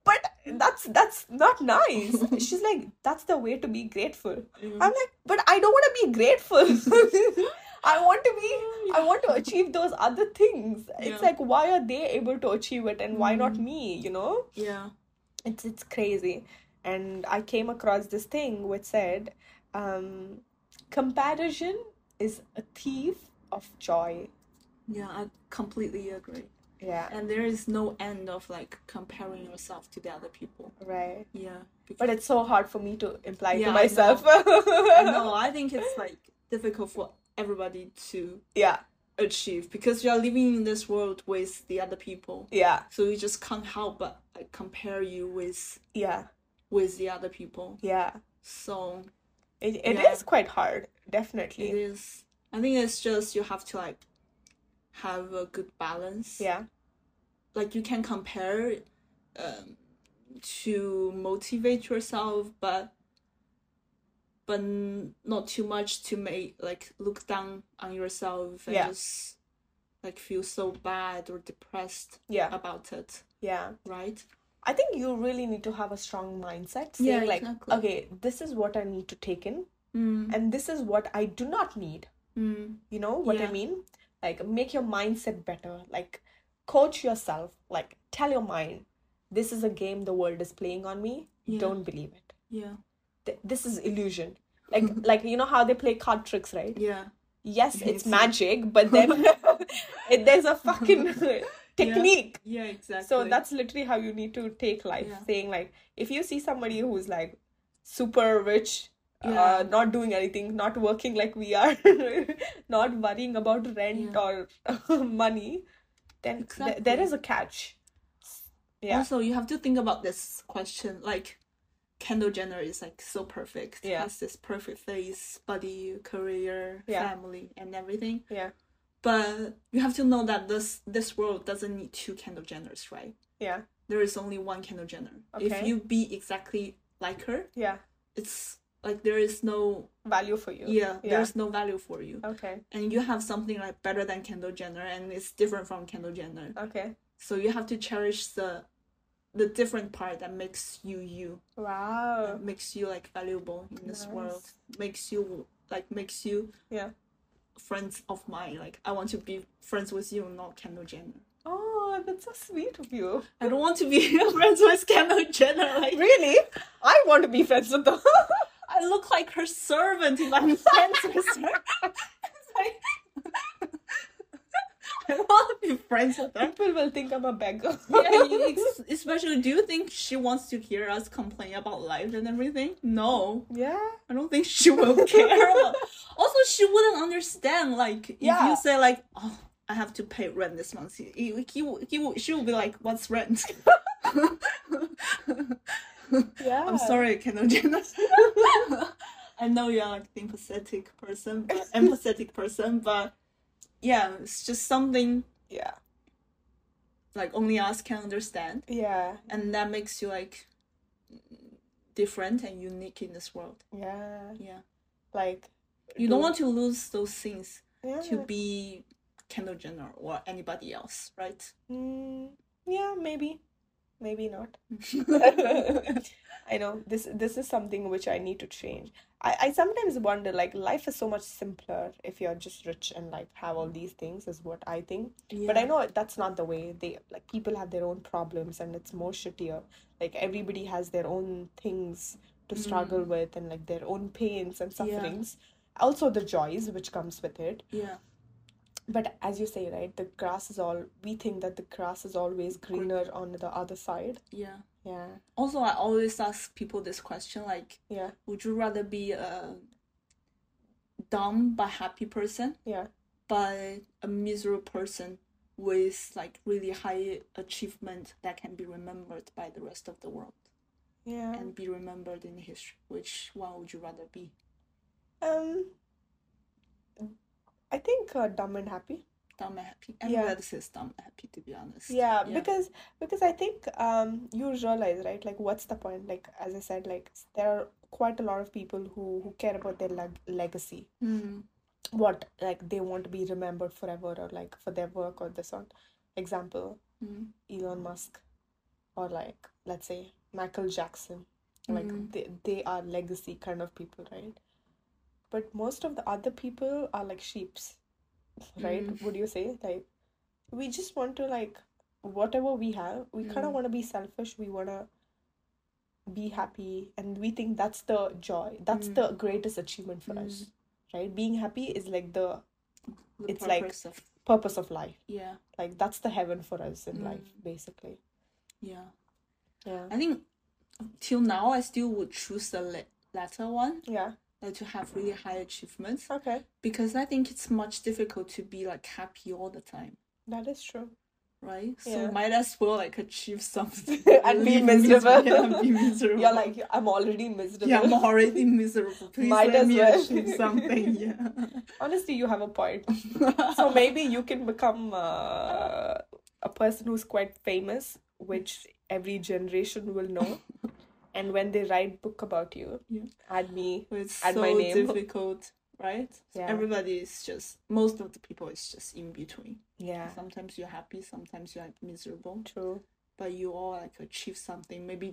S2: "But that's that's not nice." She's like, "That's the way to be grateful." I'm like, "But I don't want to be grateful. I want to be, I want to achieve those other things. It's
S1: Yeah.
S2: like, why are they able to achieve it and why not me, you know?
S1: Yeah.
S2: it's it's crazy and i came across this thing which said um comparison is a thief of joy
S1: Yeah, I completely agree.
S2: yeah
S1: And there is no end of like comparing yourself to the other people.
S2: right
S1: Yeah.
S2: but it's so hard for me to imply
S1: Yeah, I
S2: to
S1: know.
S2: myself
S1: no, I think it's like difficult for everybody to
S2: yeah
S1: achieve because you are living in this world with the other people.
S2: yeah
S1: So you just can't help but like, compare you with
S2: yeah
S1: with the other people.
S2: yeah
S1: So
S2: it, it is
S1: Yeah.
S2: quite hard
S1: it
S2: definitely
S1: is. I think it's just you have to like have a good balance.
S2: yeah
S1: like you can compare um, to motivate yourself but but n- not too much to make like look down on yourself and
S2: Yeah.
S1: just like feel so bad or depressed
S2: yeah
S1: about it
S2: yeah
S1: right
S2: I think you really need to have a strong mindset saying
S1: Yeah,
S2: like
S1: exactly.
S2: okay this is what I need to take in
S1: mm,
S2: and this is what I do not need
S1: mm,
S2: You know what I
S1: Yeah.
S2: mean? Like, make your mindset better. Like, coach yourself. Like, tell your mind, this is a game the world is playing on me.
S1: Yeah.
S2: Don't believe it.
S1: yeah
S2: Th- this is illusion. Like, like you know how they play card tricks, right?
S1: yeah
S2: Yes,
S1: Yes,
S2: it's
S1: yeah.
S2: magic, but then it, there's a fucking technique.
S1: yeah exactly
S2: So that's literally how you need to take life.
S1: Yeah.
S2: Saying like, if you see somebody who's like super rich, uh,
S1: Yeah.
S2: not doing anything, not working like we are, not worrying about rent or money, then th- there
S1: Exactly.
S2: is a catch. Yeah,
S1: also you have to think about this question like Kendall Jenner is like so perfect.
S2: Yeah.
S1: Has this perfect face, body, career,
S2: Yeah.
S1: family, and everything.
S2: yeah,
S1: But you have to know that this this world doesn't need two Kendall Jenners, right?
S2: yeah,
S1: There is only one Kendall Jenner. If
S2: Okay.
S1: you be exactly like her,
S2: yeah.
S1: it's like there is no
S2: Value for you.
S1: yeah,
S2: Yeah.
S1: there's no value for you.
S2: Okay.
S1: And you have something like better than Kendall Jenner and it's different from Kendall Jenner.
S2: Okay.
S1: So you have to cherish the the different part that makes you you
S2: Wow.
S1: makes you like valuable in this
S2: Nice.
S1: world makes you like makes you
S2: Yeah.
S1: friends of mine like i want to be friends with you not kendall jenner
S2: Oh, that's so sweet of you.
S1: i don't want to be friends with kendall jenner like
S2: Really? I want to be friends with them.
S1: i look like her servant if i'm friends with her It's like- i want to be friends with her
S2: People will think I'm a beggar.
S1: yeah, you ex- especially do you think she wants to hear us complain about life and everything no
S2: yeah.
S1: I don't think she will care. about- also, she wouldn't understand. Like, if
S2: Yeah.
S1: you say like, "Oh, I have to pay rent this month," he, he, he, will- he will- she will be like, "What's rent?"
S2: Yeah.
S1: I'm sorry, Kendall Jenner. I know you're like the empathetic person, but, empathetic person, but yeah, it's just something
S2: Yeah.
S1: like only us can understand,
S2: Yeah.
S1: and that makes you like different and unique in this world.
S2: Yeah.
S1: Yeah,
S2: Like
S1: you don't
S2: Do-
S1: want to lose those things.
S2: yeah.
S1: to be Kendall Jenner or anybody else, right?
S2: Mm, yeah, maybe. Maybe not.
S1: yeah,
S2: I know this this is something which I need to change. I, I sometimes wonder like life is so much simpler if you're just rich and like have all these things is what I think. But I know that's not the way. They like people have their own problems and it's more shittier. Like everybody has their own things to struggle with and like their own pains and sufferings. Also the joys which comes with it.
S1: yeah,
S2: But as you say, right, the grass is all we think that the grass is always greener on the other side.
S1: yeah.
S2: Yeah,
S1: Also, I always ask people this question: like,
S2: yeah,
S1: would you rather be a dumb but happy person,
S2: yeah,
S1: but a miserable person with like really high achievement that can be remembered by the rest of the world
S2: yeah.
S1: and be remembered in history? Which one would you rather be?
S2: Um, I think uh, dumb and happy.
S1: Dumb and happy.
S2: Yeah.
S1: Everybody says dumb and happy, to be honest.
S2: Yeah, because because I think um you realize, right? Like, what's the point? Like, as I said, like there are quite a lot of people who who care about their leg legacy.
S1: Mm.
S2: What like they want to be remembered forever, or like for their work or this one. Example,
S1: Mm.
S2: Elon Musk or like let's say Michael Jackson like
S1: Mhm.
S2: they, they are legacy kind of people right but most of the other people are like sheeps right
S1: Hmm.
S2: would you say like we just want to like whatever we have we kind
S1: Hmm.
S2: of want to be selfish we want to be happy and we think that's the joy that's the
S1: Hmm.
S2: greatest achievement for us right being happy is like the
S1: The
S2: It's like-
S1: purpose of-
S2: purpose of life
S1: yeah,
S2: like that's the heaven for us in
S1: Hmm.
S2: life basically
S1: yeah.
S2: yeah
S1: I think till now I still would choose the la- latter one,
S2: yeah
S1: like to have really high achievements,
S2: okay
S1: because I think it's much difficult to be like happy all the time,
S2: that is true
S1: right?
S2: Yeah.
S1: So might as well like achieve something
S2: And be
S1: live
S2: miserable.
S1: miserable and be miserable.
S2: you're like i'm already miserable
S1: yeah, I'm already miserable. Please
S2: Might
S1: let
S2: as
S1: me
S2: well.
S1: achieve something. Yeah.
S2: honestly you have a point so maybe you can become uh, a person who's quite famous which every generation will know and when they write book about you
S1: Yeah.
S2: add me
S1: it's
S2: Add
S1: so
S2: my name.
S1: difficult, right?
S2: Yeah.
S1: Everybody is just most of the people is just in between.
S2: yeah
S1: Sometimes you're happy, sometimes you're miserable.
S2: true
S1: but you all like achieve something maybe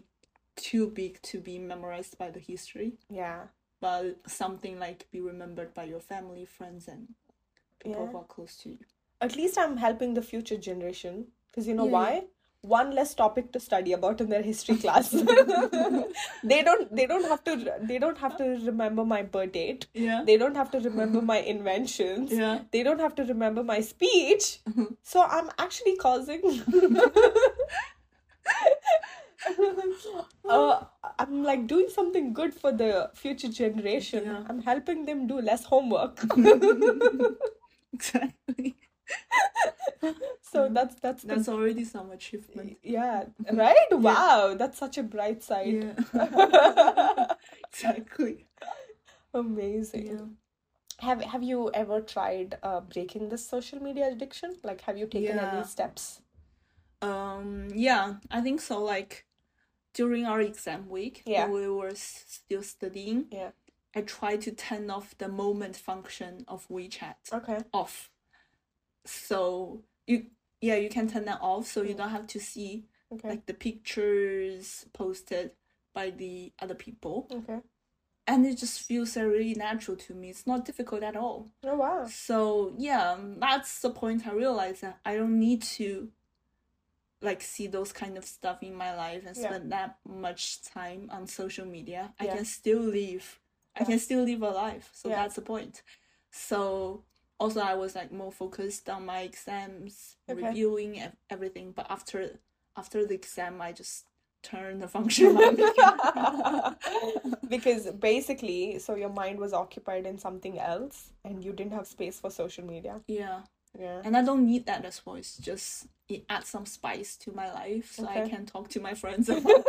S1: too big to be memorized by the history
S2: yeah
S1: but something like be remembered by your family friends and people
S2: Yeah.
S1: who are close to you
S2: at least i'm helping the future generation because you know
S1: Yeah,
S2: why one less topic to study about in their history class they don't they don't have to they don't have to remember my birth date
S1: yeah
S2: they don't have to remember my inventions
S1: yeah
S2: they don't have to remember my speech.
S1: Mm-hmm.
S2: So I'm actually causing. uh, I'm like doing something good for the future generation.
S1: Yeah.
S2: I'm helping them do less homework.
S1: exactly
S2: So that's that's the,
S1: that's Mm-hmm. already some achievement
S2: yeah right. Wow, that's such a bright side.
S1: yeah exactly
S2: Amazing.
S1: yeah
S2: Have Have you ever tried uh, breaking this social media addiction? Like, have you taken
S1: Yeah.
S2: any steps?
S1: um yeah i think so like during our exam week
S2: Yeah.
S1: when we were s- still studying
S2: Yeah.
S1: i tried to turn off the moment function of wechat
S2: Okay.
S1: off. So you yeah, you can turn that off so you don't have to see
S2: Okay.
S1: like the pictures posted by the other people.
S2: okay.
S1: And it just feels uh, really natural to me. It's not difficult at all.
S2: Oh wow.
S1: So yeah, um, that's the point I realized that I don't need to like see those kind of stuff in my life and
S2: Yeah.
S1: spend that much time on social media.
S2: Yeah.
S1: I can still live. I
S2: Yeah.
S1: can still live a life. So
S2: Yeah.
S1: that's the point. So also I was like more focused on my exams,
S2: Okay.
S1: reviewing ev- everything. But after after the exam, I just turned the function on.
S2: because basically so your mind was occupied in something else and you didn't have space for social media
S1: yeah.
S2: yeah
S1: and I don't need that as well. It's just it adds some spice to my life, so I
S2: Okay.
S1: can talk to my friends about.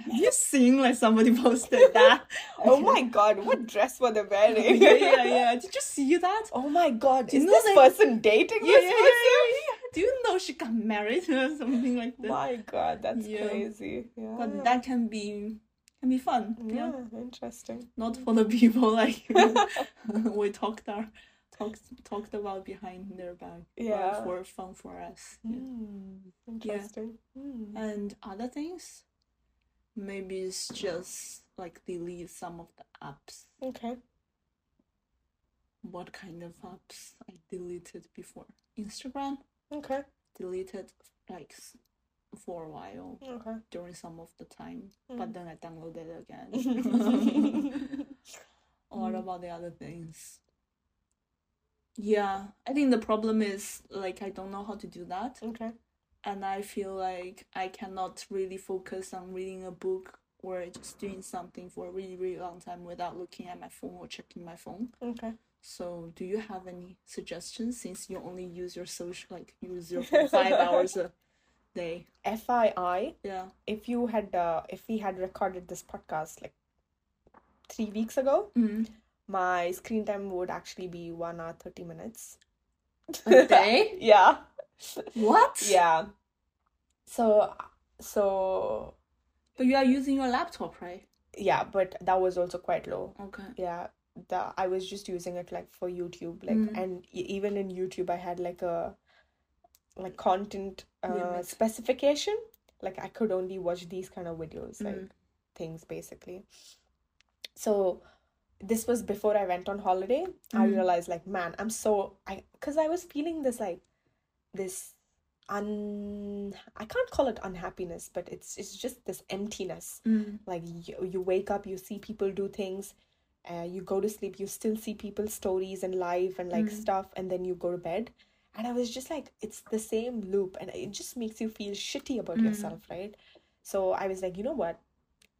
S1: Have you seen like somebody posted that?
S2: oh my god what dress were they
S1: yeah,
S2: wearing
S1: yeah, yeah. Did you see that?
S2: oh my god
S1: You
S2: is
S1: know
S2: this
S1: they-
S2: person dating
S1: Yeah, yeah,
S2: this
S1: yeah,
S2: person
S1: yeah, yeah. Do you know she got married or something like that?
S2: my god that's
S1: Yeah.
S2: crazy yeah
S1: But that can be can be fun.
S2: yeah,
S1: Yeah,
S2: interesting
S1: not for the people like we talked our talked talked about behind their back. but
S2: Yeah.
S1: for fun for us. Yeah. Uh,
S2: Hmm, interesting Hmm.
S1: and other things maybe it's just like delete some of the apps
S2: okay
S1: what kind of apps i deleted before instagram
S2: okay
S1: deleted like s- for a while
S2: okay
S1: during some of the time
S2: Mm.
S1: but then i downloaded it again what about the other things yeah i think the problem is like i don't know how to do that
S2: okay
S1: and I feel like I cannot really focus on reading a book or just doing something for a really, really long time without looking at my phone or checking my phone.
S2: okay
S1: So, do you have any suggestions since you only use your social, like, use your phone five hours a day?
S2: fyi
S1: Yeah.
S2: if you had uh, if we had recorded this podcast like three weeks ago
S1: Mm.
S2: my screen time would actually be one hour 30 minutes
S1: A day?
S2: yeah
S1: what?
S2: yeah so so
S1: But you are using your laptop, right?
S2: yeah but that was also quite low
S1: Okay.
S2: yeah the i was just using it like for youtube like
S1: Mm.
S2: and e- even in youtube i had like a like content uh,
S1: Limit.
S2: specification like i could
S1: Mm-hmm.
S2: only watch these kind of videos like
S1: Mm.
S2: things basically so this was before I went on holiday. I
S1: Mm-hmm.
S2: realized, like, man, I'm so I because I was feeling this like this un I can't call it unhappiness, but it's it's just this emptiness.
S1: Mm-hmm.
S2: Like you, you wake up, you see people do things, uh, you go to sleep, you still see people's stories and life and like stuff, and then you go to bed. And I was just like, it's the same loop, and it just makes you feel shitty about yourself, right? So I was like, you know what?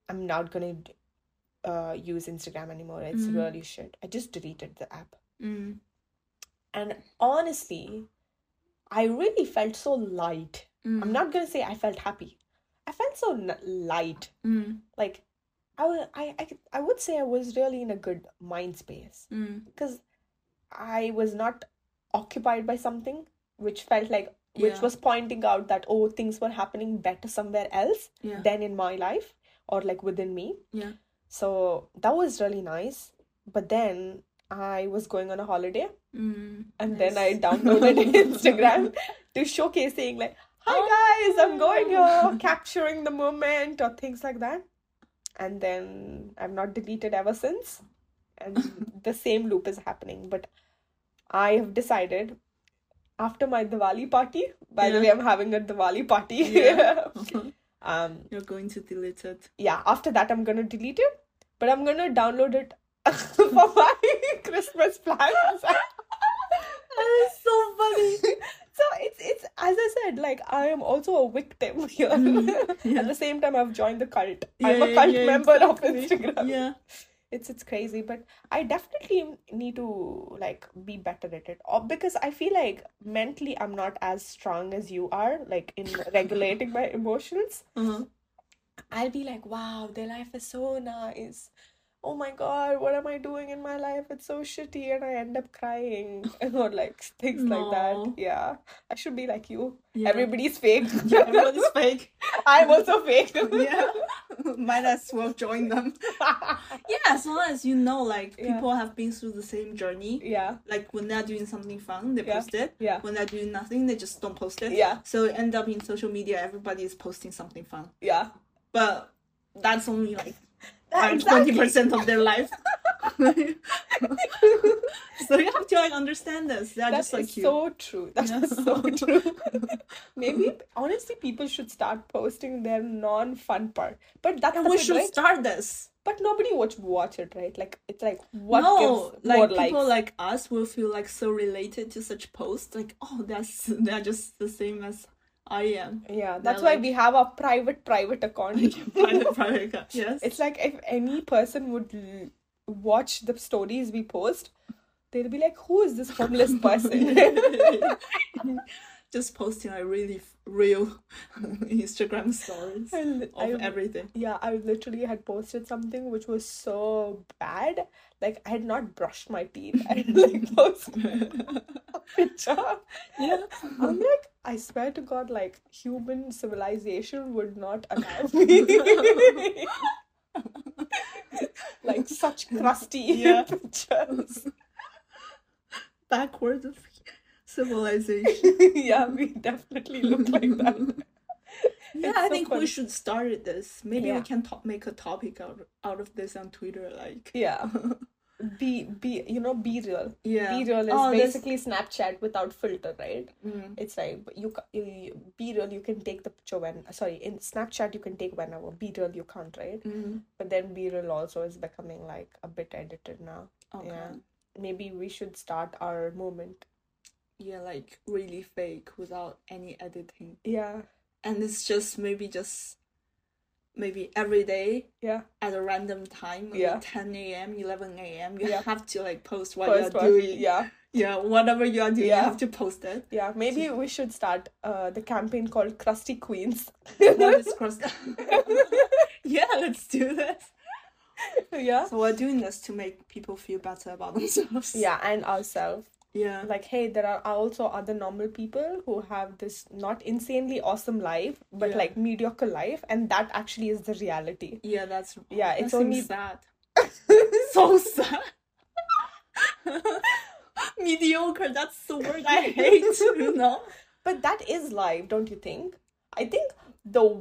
S2: I'm not gonna d- uh, use Instagram anymore. It's
S1: Mm.
S2: really shit. I just deleted the app.
S1: Mm.
S2: And honestly, I really felt so light.
S1: Hmm.
S2: I'm not gonna say I felt happy. I felt so n- light.
S1: Mm.
S2: Like I wa- I- I could- I would say I was really in a good mind space
S1: Mm.
S2: because I was not occupied by something which felt like which
S1: Yeah.
S2: was pointing out that oh things were happening better somewhere else
S1: Yeah.
S2: than in my life or like within me.
S1: Yeah.
S2: So that was really nice. But then I was going on a holiday
S1: Mm.
S2: and then I
S1: Nice.
S2: downloaded Instagram to showcase saying like, "Hi
S1: Oh,
S2: guys, I'm going here, capturing the moment or things like that." And then I've not deleted ever since, and the same loop is happening. But I have decided after my Diwali party. By the
S1: Yeah.
S2: way, I'm having a Diwali party.
S1: Yeah.
S2: um,
S1: You're going to delete it.
S2: yeah. After that, I'm gonna delete it, but I'm gonna download it for my Christmas plans.
S1: That is so funny.
S2: so it's it's as I said, like I am also a victim here.
S1: Mm, yeah.
S2: At the same time, I've joined the cult. I'm
S1: Yeah,
S2: a
S1: yeah,
S2: cult
S1: yeah,
S2: member
S1: exactly.
S2: of Instagram.
S1: Yeah.
S2: It's it's crazy, but I definitely need to like be better at it, or because I feel like mentally I'm not as strong as you are, like in regulating my emotions.
S1: Uh-huh.
S2: I'll be like, wow, their life is so nice. Oh my god, what am I doing in my life? It's so shitty, and I end up crying or like things like
S1: No.
S2: that. Yeah, I should be like you.
S1: Yeah.
S2: Everybody's fake.
S1: Everyone's fake.
S2: I'm also fake.
S1: Yeah. Might as well join them. Yeah, as long as you know, like,
S2: Yeah.
S1: people have been through the same journey.
S2: yeah,
S1: Like, when they're doing something fun, they
S2: Yeah.
S1: post it.
S2: yeah,
S1: When they're doing nothing, they just don't post it.
S2: Yeah.
S1: So it end up in social media, everybody is posting something fun.
S2: yeah.
S1: But that's only like
S2: That-
S1: twenty
S2: exactly.
S1: percent of their life. so you have to like understand this. They're
S2: That
S1: just like
S2: is
S1: you.
S2: so true. That is
S1: Yeah.
S2: so true. Maybe honestly, people should start posting their non-fun part. But that's
S1: and
S2: the
S1: we
S2: thing,
S1: should
S2: right?
S1: start this.
S2: But nobody watch watch it, right? Like it's like what
S1: no,
S2: gives more
S1: like
S2: likes.
S1: people like us will feel like so related to such posts. Like, oh, that's they're just the same as I am.
S2: yeah, that's
S1: they're
S2: why
S1: like-
S2: we have our private private account.
S1: Private, private account. Yes.
S2: it's like if any person would l- watch the stories we post, they'll be like, "Who is this homeless person?"
S1: just posting like really f- real Instagram stories
S2: I li-
S1: of
S2: I-
S1: everything.
S2: yeah, I literally had posted something which was so bad. Like I had not brushed my teeth. I had like posted a picture.
S1: Yeah.
S2: I'm like, I swear to God, like human civilization would not allow me. like such crusty
S1: Yeah.
S2: pictures.
S1: Backwards civilization.
S2: yeah, we definitely look like that.
S1: Yeah,
S2: It's
S1: I
S2: so
S1: think
S2: funny.
S1: we should start at this. Maybe we
S2: Yeah.
S1: can to- make a topic out, out of this on Twitter, like
S2: Yeah. Be be you know be real.
S1: yeah.
S2: Be real is
S1: Oh, this-
S2: basically Snapchat without filter, right?
S1: Mm.
S2: It's like but you, ca- you, you be real. You can take the picture when sorry in Snapchat you can take whenever. Be real you can't, right?
S1: Mm.
S2: But then be real also is becoming like a bit edited now.
S1: Okay. Yeah.
S2: Yeah. Maybe we should start our movement.
S1: like really fake without any editing,
S2: Yeah.
S1: and it's just maybe just maybe every day
S2: Yeah.
S1: at a random time, like
S2: Yeah.
S1: 10 a.m., 11 a.m. You
S2: Yeah.
S1: have to like post what
S2: First
S1: you're
S2: one.
S1: doing.
S2: Yeah.
S1: Yeah, whatever you are doing,
S2: Yeah.
S1: you have to post it.
S2: Yeah. Maybe we should start uh, the campaign called Krusty Queens.
S1: Not just cross- yeah, let's do this.
S2: yeah.
S1: So we're doing this to make people feel better about themselves.
S2: Yeah, and ourselves.
S1: Yeah.
S2: Like, hey, there are also other normal people who have this not insanely awesome life, but
S1: Yeah.
S2: like mediocre life, and that actually is the reality.
S1: Yeah, that's
S2: Yeah,
S1: Oh, that
S2: it's
S1: seems
S2: only-
S1: sad. so sad. Mediocre, that's the word I hate, you know?
S2: But that is life, don't you think? I think the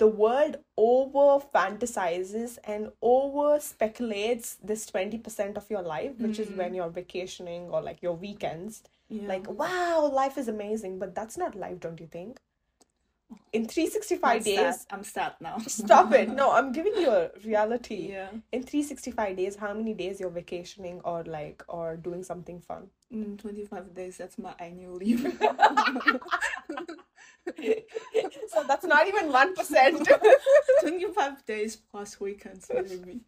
S2: the world over fantasizes and over speculates this 20% of your life which is when you're vacationing or like your weekends
S1: Hmm. Yeah.
S2: like wow life is amazing but that's not life don't you think in 365
S1: I'm sad.
S2: days
S1: I'm sad now.
S2: stop it no i'm giving you a reality
S1: yeah.
S2: in 365 days how many days you're vacationing or like or doing something fun
S1: Mm, 25 days, that's my annual leave.
S2: so that's not even 1%
S1: 25 days plus weekends, maybe.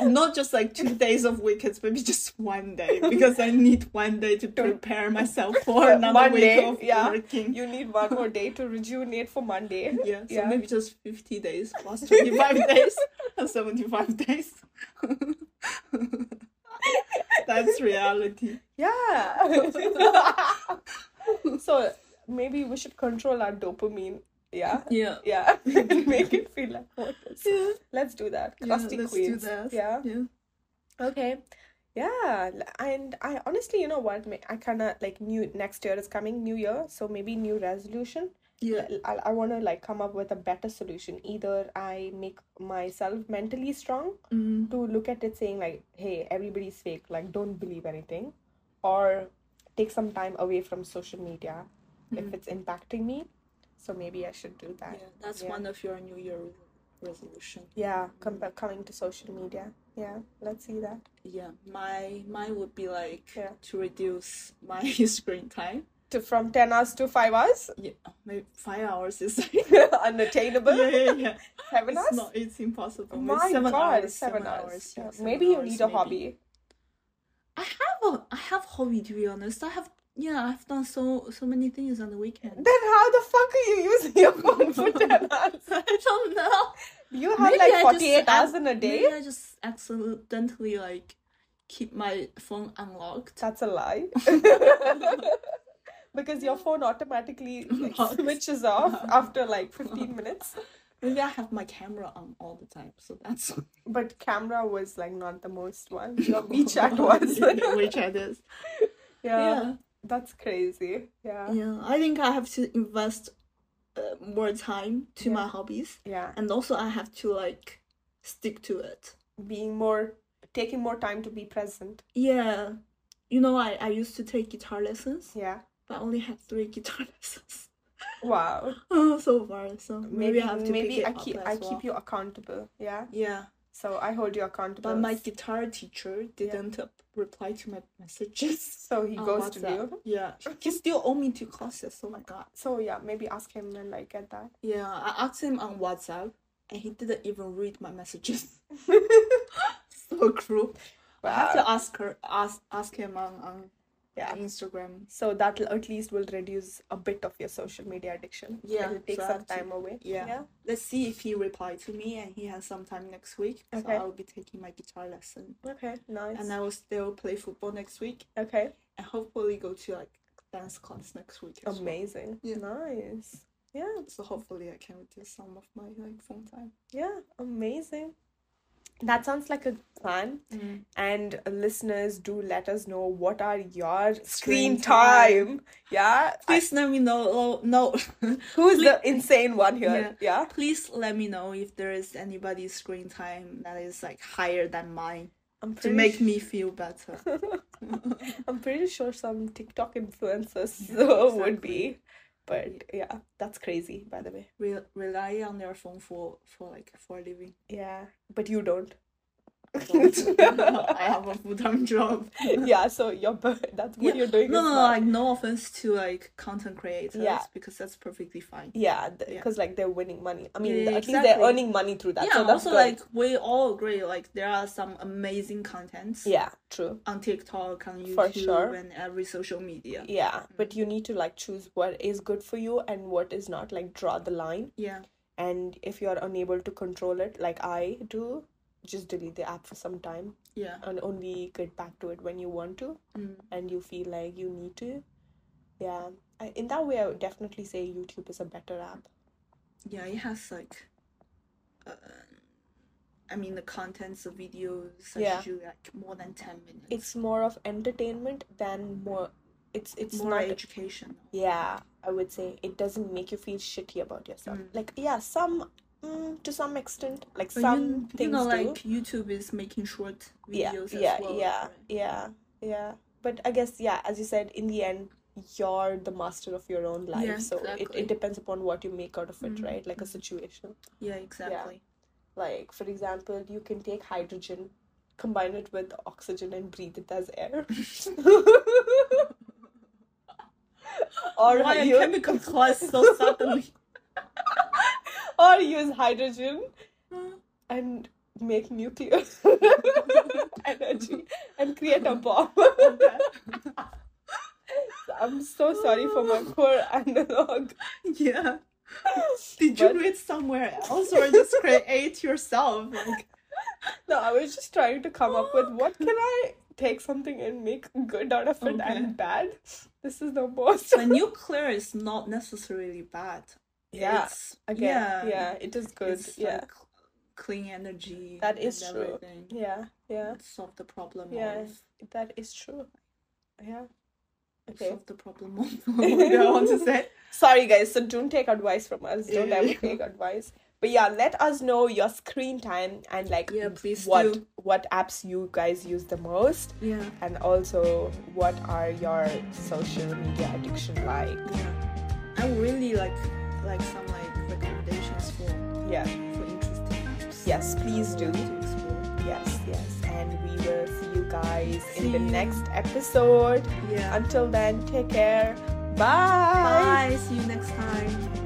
S1: And not just like two days of weekends, maybe just one day, because I need one day to prepare myself for
S2: Yeah,
S1: another
S2: one
S1: week
S2: day,
S1: of
S2: yeah.
S1: working.
S2: you need one more day to rejuvenate for monday
S1: Yeah, so
S2: Yeah.
S1: maybe just 50 days plus 25 days and 75 days. That's reality.
S2: yeah so maybe we should control our dopamine yeah
S1: Yeah.
S2: yeah and make it feel like what is
S1: Yeah,
S2: let's do that
S1: yeah
S2: crusty
S1: let's
S2: queens
S1: do that.
S2: yeah
S1: Yeah.
S2: Okay. Yeah, l- and I honestly, you know what? ma- I kind of like new next year is coming, new year, so maybe new resolution.
S1: Yeah.
S2: L- I, I want to like come up with a better solution. Either I make myself mentally strong
S1: Mm.
S2: to look at it saying like, hey, everybody's fake, like don't believe anything, or take some time away from social media if it's impacting me. So maybe I should do
S1: Mm-hmm. Yeah,
S2: that.
S1: that's
S2: Yeah.
S1: one of your New Year resolution.
S2: Yeah, com coming to social media. Yeah, let's see that.
S1: Yeah, my mine would be like
S2: Yeah.
S1: to reduce my screen time.
S2: To from 10 hours to 5 hours.
S1: Yeah, maybe five hours is like
S2: unattainable.
S1: yeah, yeah, yeah.
S2: Seven
S1: It's
S2: hours? Oh
S1: not. It's impossible. Maybe
S2: My
S1: seven
S2: God,
S1: hours.
S2: seven, hours.
S1: yeah,
S2: Yeah,
S1: seven
S2: maybe you
S1: hours,
S2: need a
S1: maybe.
S2: hobby.
S1: I have a I have hobby to be honest. I have yeah. I've done so so many things on the weekend.
S2: Then how the fuck are you using your phone for ten hours?
S1: I don't know.
S2: You have
S1: Maybe I
S2: like
S1: just
S2: forty-eight hours
S1: ac-
S2: in a day.
S1: Maybe I just accidentally like keep my phone unlocked.
S2: That's a lie. because your phone automatically like,
S1: Locks.
S2: switches off after like fifteen minutes.
S1: Maybe I have my camera on all the time, so that's
S2: But camera was like not the most one. Your WeChat was.
S1: Yeah, WeChat is. Uh,
S2: yeah,
S1: Yeah.
S2: that's crazy. Yeah,
S1: yeah. I think I have to invest uh, more time to my hobbies,
S2: yeah.
S1: and also I have to like stick to it.
S2: Being more, taking more time to be present.
S1: Yeah, you know, I I used to take guitar lessons,
S2: Yeah.
S1: but I only had three guitar lessons
S2: Wow.
S1: so far. So maybe, I have to
S2: maybe
S1: pick it
S2: I
S1: up
S2: keep
S1: as
S2: I
S1: well.
S2: keep you accountable. Yeah.
S1: Yeah,
S2: So I hold you accountable.
S1: but my guitar teacher didn't uh reply to my messages.
S2: so he
S1: on
S2: goes to
S1: Oh, WhatsApp.
S2: you.
S1: Yeah, he still owe me two classes. Oh my god.
S2: So yeah, maybe ask him and like get that.
S1: Yeah, I asked him on WhatsApp and he didn't even read my messages. so cruel. I
S2: Ah.
S1: have to ask her ask ask him on, on
S2: Yeah.
S1: Instagram.
S2: So that at least will reduce a bit of your social media addiction.
S1: Yeah,
S2: It'll take
S1: so I
S2: some
S1: have to-
S2: time away.
S1: Yeah.
S2: Yeah.
S1: Let's see if he replied to me and he has some time next week.
S2: Okay.
S1: So I'll be taking my guitar lesson.
S2: Okay. Nice.
S1: And I will still play football next week
S2: okay.
S1: and hopefully go to like dance class next week as well.
S2: Amazing.
S1: Yeah.
S2: Nice. Yeah.
S1: So hopefully I can reduce some of my like phone time.
S2: Yeah. Amazing. That sounds like a plan.
S1: Mm.
S2: And uh, listeners, do let us know what are your screen
S1: Screen
S2: time.
S1: time.
S2: Yeah. I-
S1: Please let me know no
S2: Who's the insane one here? Yeah.
S1: Please let me know if there is anybody's screen time that is like higher than mine
S2: I'm
S1: to
S2: pretty
S1: make me feel better.
S2: I'm pretty sure some TikTok influencers would be. But yeah, that's crazy by the way.
S1: Re- rely on your phone for for like for a living.
S2: Yeah. But you don't.
S1: I have a full time job.
S2: yeah, so you're bu- that's what you're doing.
S1: No,
S2: is
S1: no, no,
S2: not-
S1: like no offense to like content creators
S2: Yeah.
S1: because that's perfectly fine.
S2: yeah,
S1: Yeah.
S2: because like they're winning money. I mean,
S1: Yeah,
S2: at least they're
S1: exactly.
S2: earning money through that.
S1: yeah,
S2: so
S1: and
S2: that's
S1: also
S2: good.
S1: like we all agree like there are some amazing contents
S2: yeah, true.
S1: on TikTok, on
S2: For
S1: YouTube,
S2: sure.
S1: and every social media.
S2: Yeah, but you need to like choose what is good for you and what is not. Like draw the line.
S1: Yeah,
S2: and if you're unable to control it like i do just delete the app for some time
S1: yeah,
S2: and only get back to it when you want to
S1: Mm.
S2: and you feel like you need to yeah I, in that way i would definitely say youtube is a better app
S1: yeah. It has like, uh, I mean, the contents of videos are
S2: Yeah.
S1: usually like more than ten minutes.
S2: it's more of entertainment than more it's it's
S1: more
S2: not
S1: education.
S2: yeah i would say it doesn't make you feel shitty about yourself like yeah some mm, to some extent like
S1: Mm. But
S2: some
S1: you,
S2: things
S1: you know,
S2: do.
S1: like YouTube is making short
S2: yeah
S1: videos
S2: yeah
S1: as well.
S2: yeah
S1: right?
S2: yeah yeah but i guess yeah as you said in the end you're the master of your own life
S1: Yeah,
S2: so it,
S1: exactly.
S2: it depends upon what you make out of it
S1: Mhm.
S2: right like a situation
S1: Yeah, exactly.
S2: like for example you can take hydrogen combine it with oxygen and breathe it as air or
S1: Why a
S2: you-
S1: chemical class so suddenly?
S2: or use hydrogen
S1: Mm.
S2: and make nuclear energy and create a bomb. I'm so sorry for my poor analog.
S1: yeah. Did you
S2: But-
S1: read somewhere else or just create yourself? Like,
S2: No, I was just trying to come up with what can I take something and make good out of it
S1: Okay.
S2: and bad. This is the most.
S1: but nuclear is not necessarily bad.
S2: Yeah.
S1: It's-
S2: Again, yeah, it is good.
S1: It's
S2: yeah,
S1: like cl- clean energy.
S2: That is
S1: and
S2: true.
S1: everything.
S2: yeah, yeah.
S1: Solve the problem
S2: Yeah.
S1: of
S2: That is true. Yeah. Okay.
S1: solve the problem of what I want to say.
S2: Sorry, guys. So don't take advice from us. Don't
S1: Yeah.
S2: ever take advice. But yeah, let us know your screen time and like
S1: Yeah, please
S2: what
S1: do.
S2: what apps you guys use the most,
S1: Yeah.
S2: and also what are your social media addiction like?
S1: yeah. I would really like like some like recommendations for
S2: Yeah.
S1: for interesting apps.
S2: Yes,
S1: I
S2: please
S1: would
S2: do.
S1: like to explore.
S2: Yes, yes. And we will see you guys in
S1: See
S2: the
S1: you.
S2: next episode.
S1: Yeah.
S2: Until then, take care.
S1: Bye. See you next time.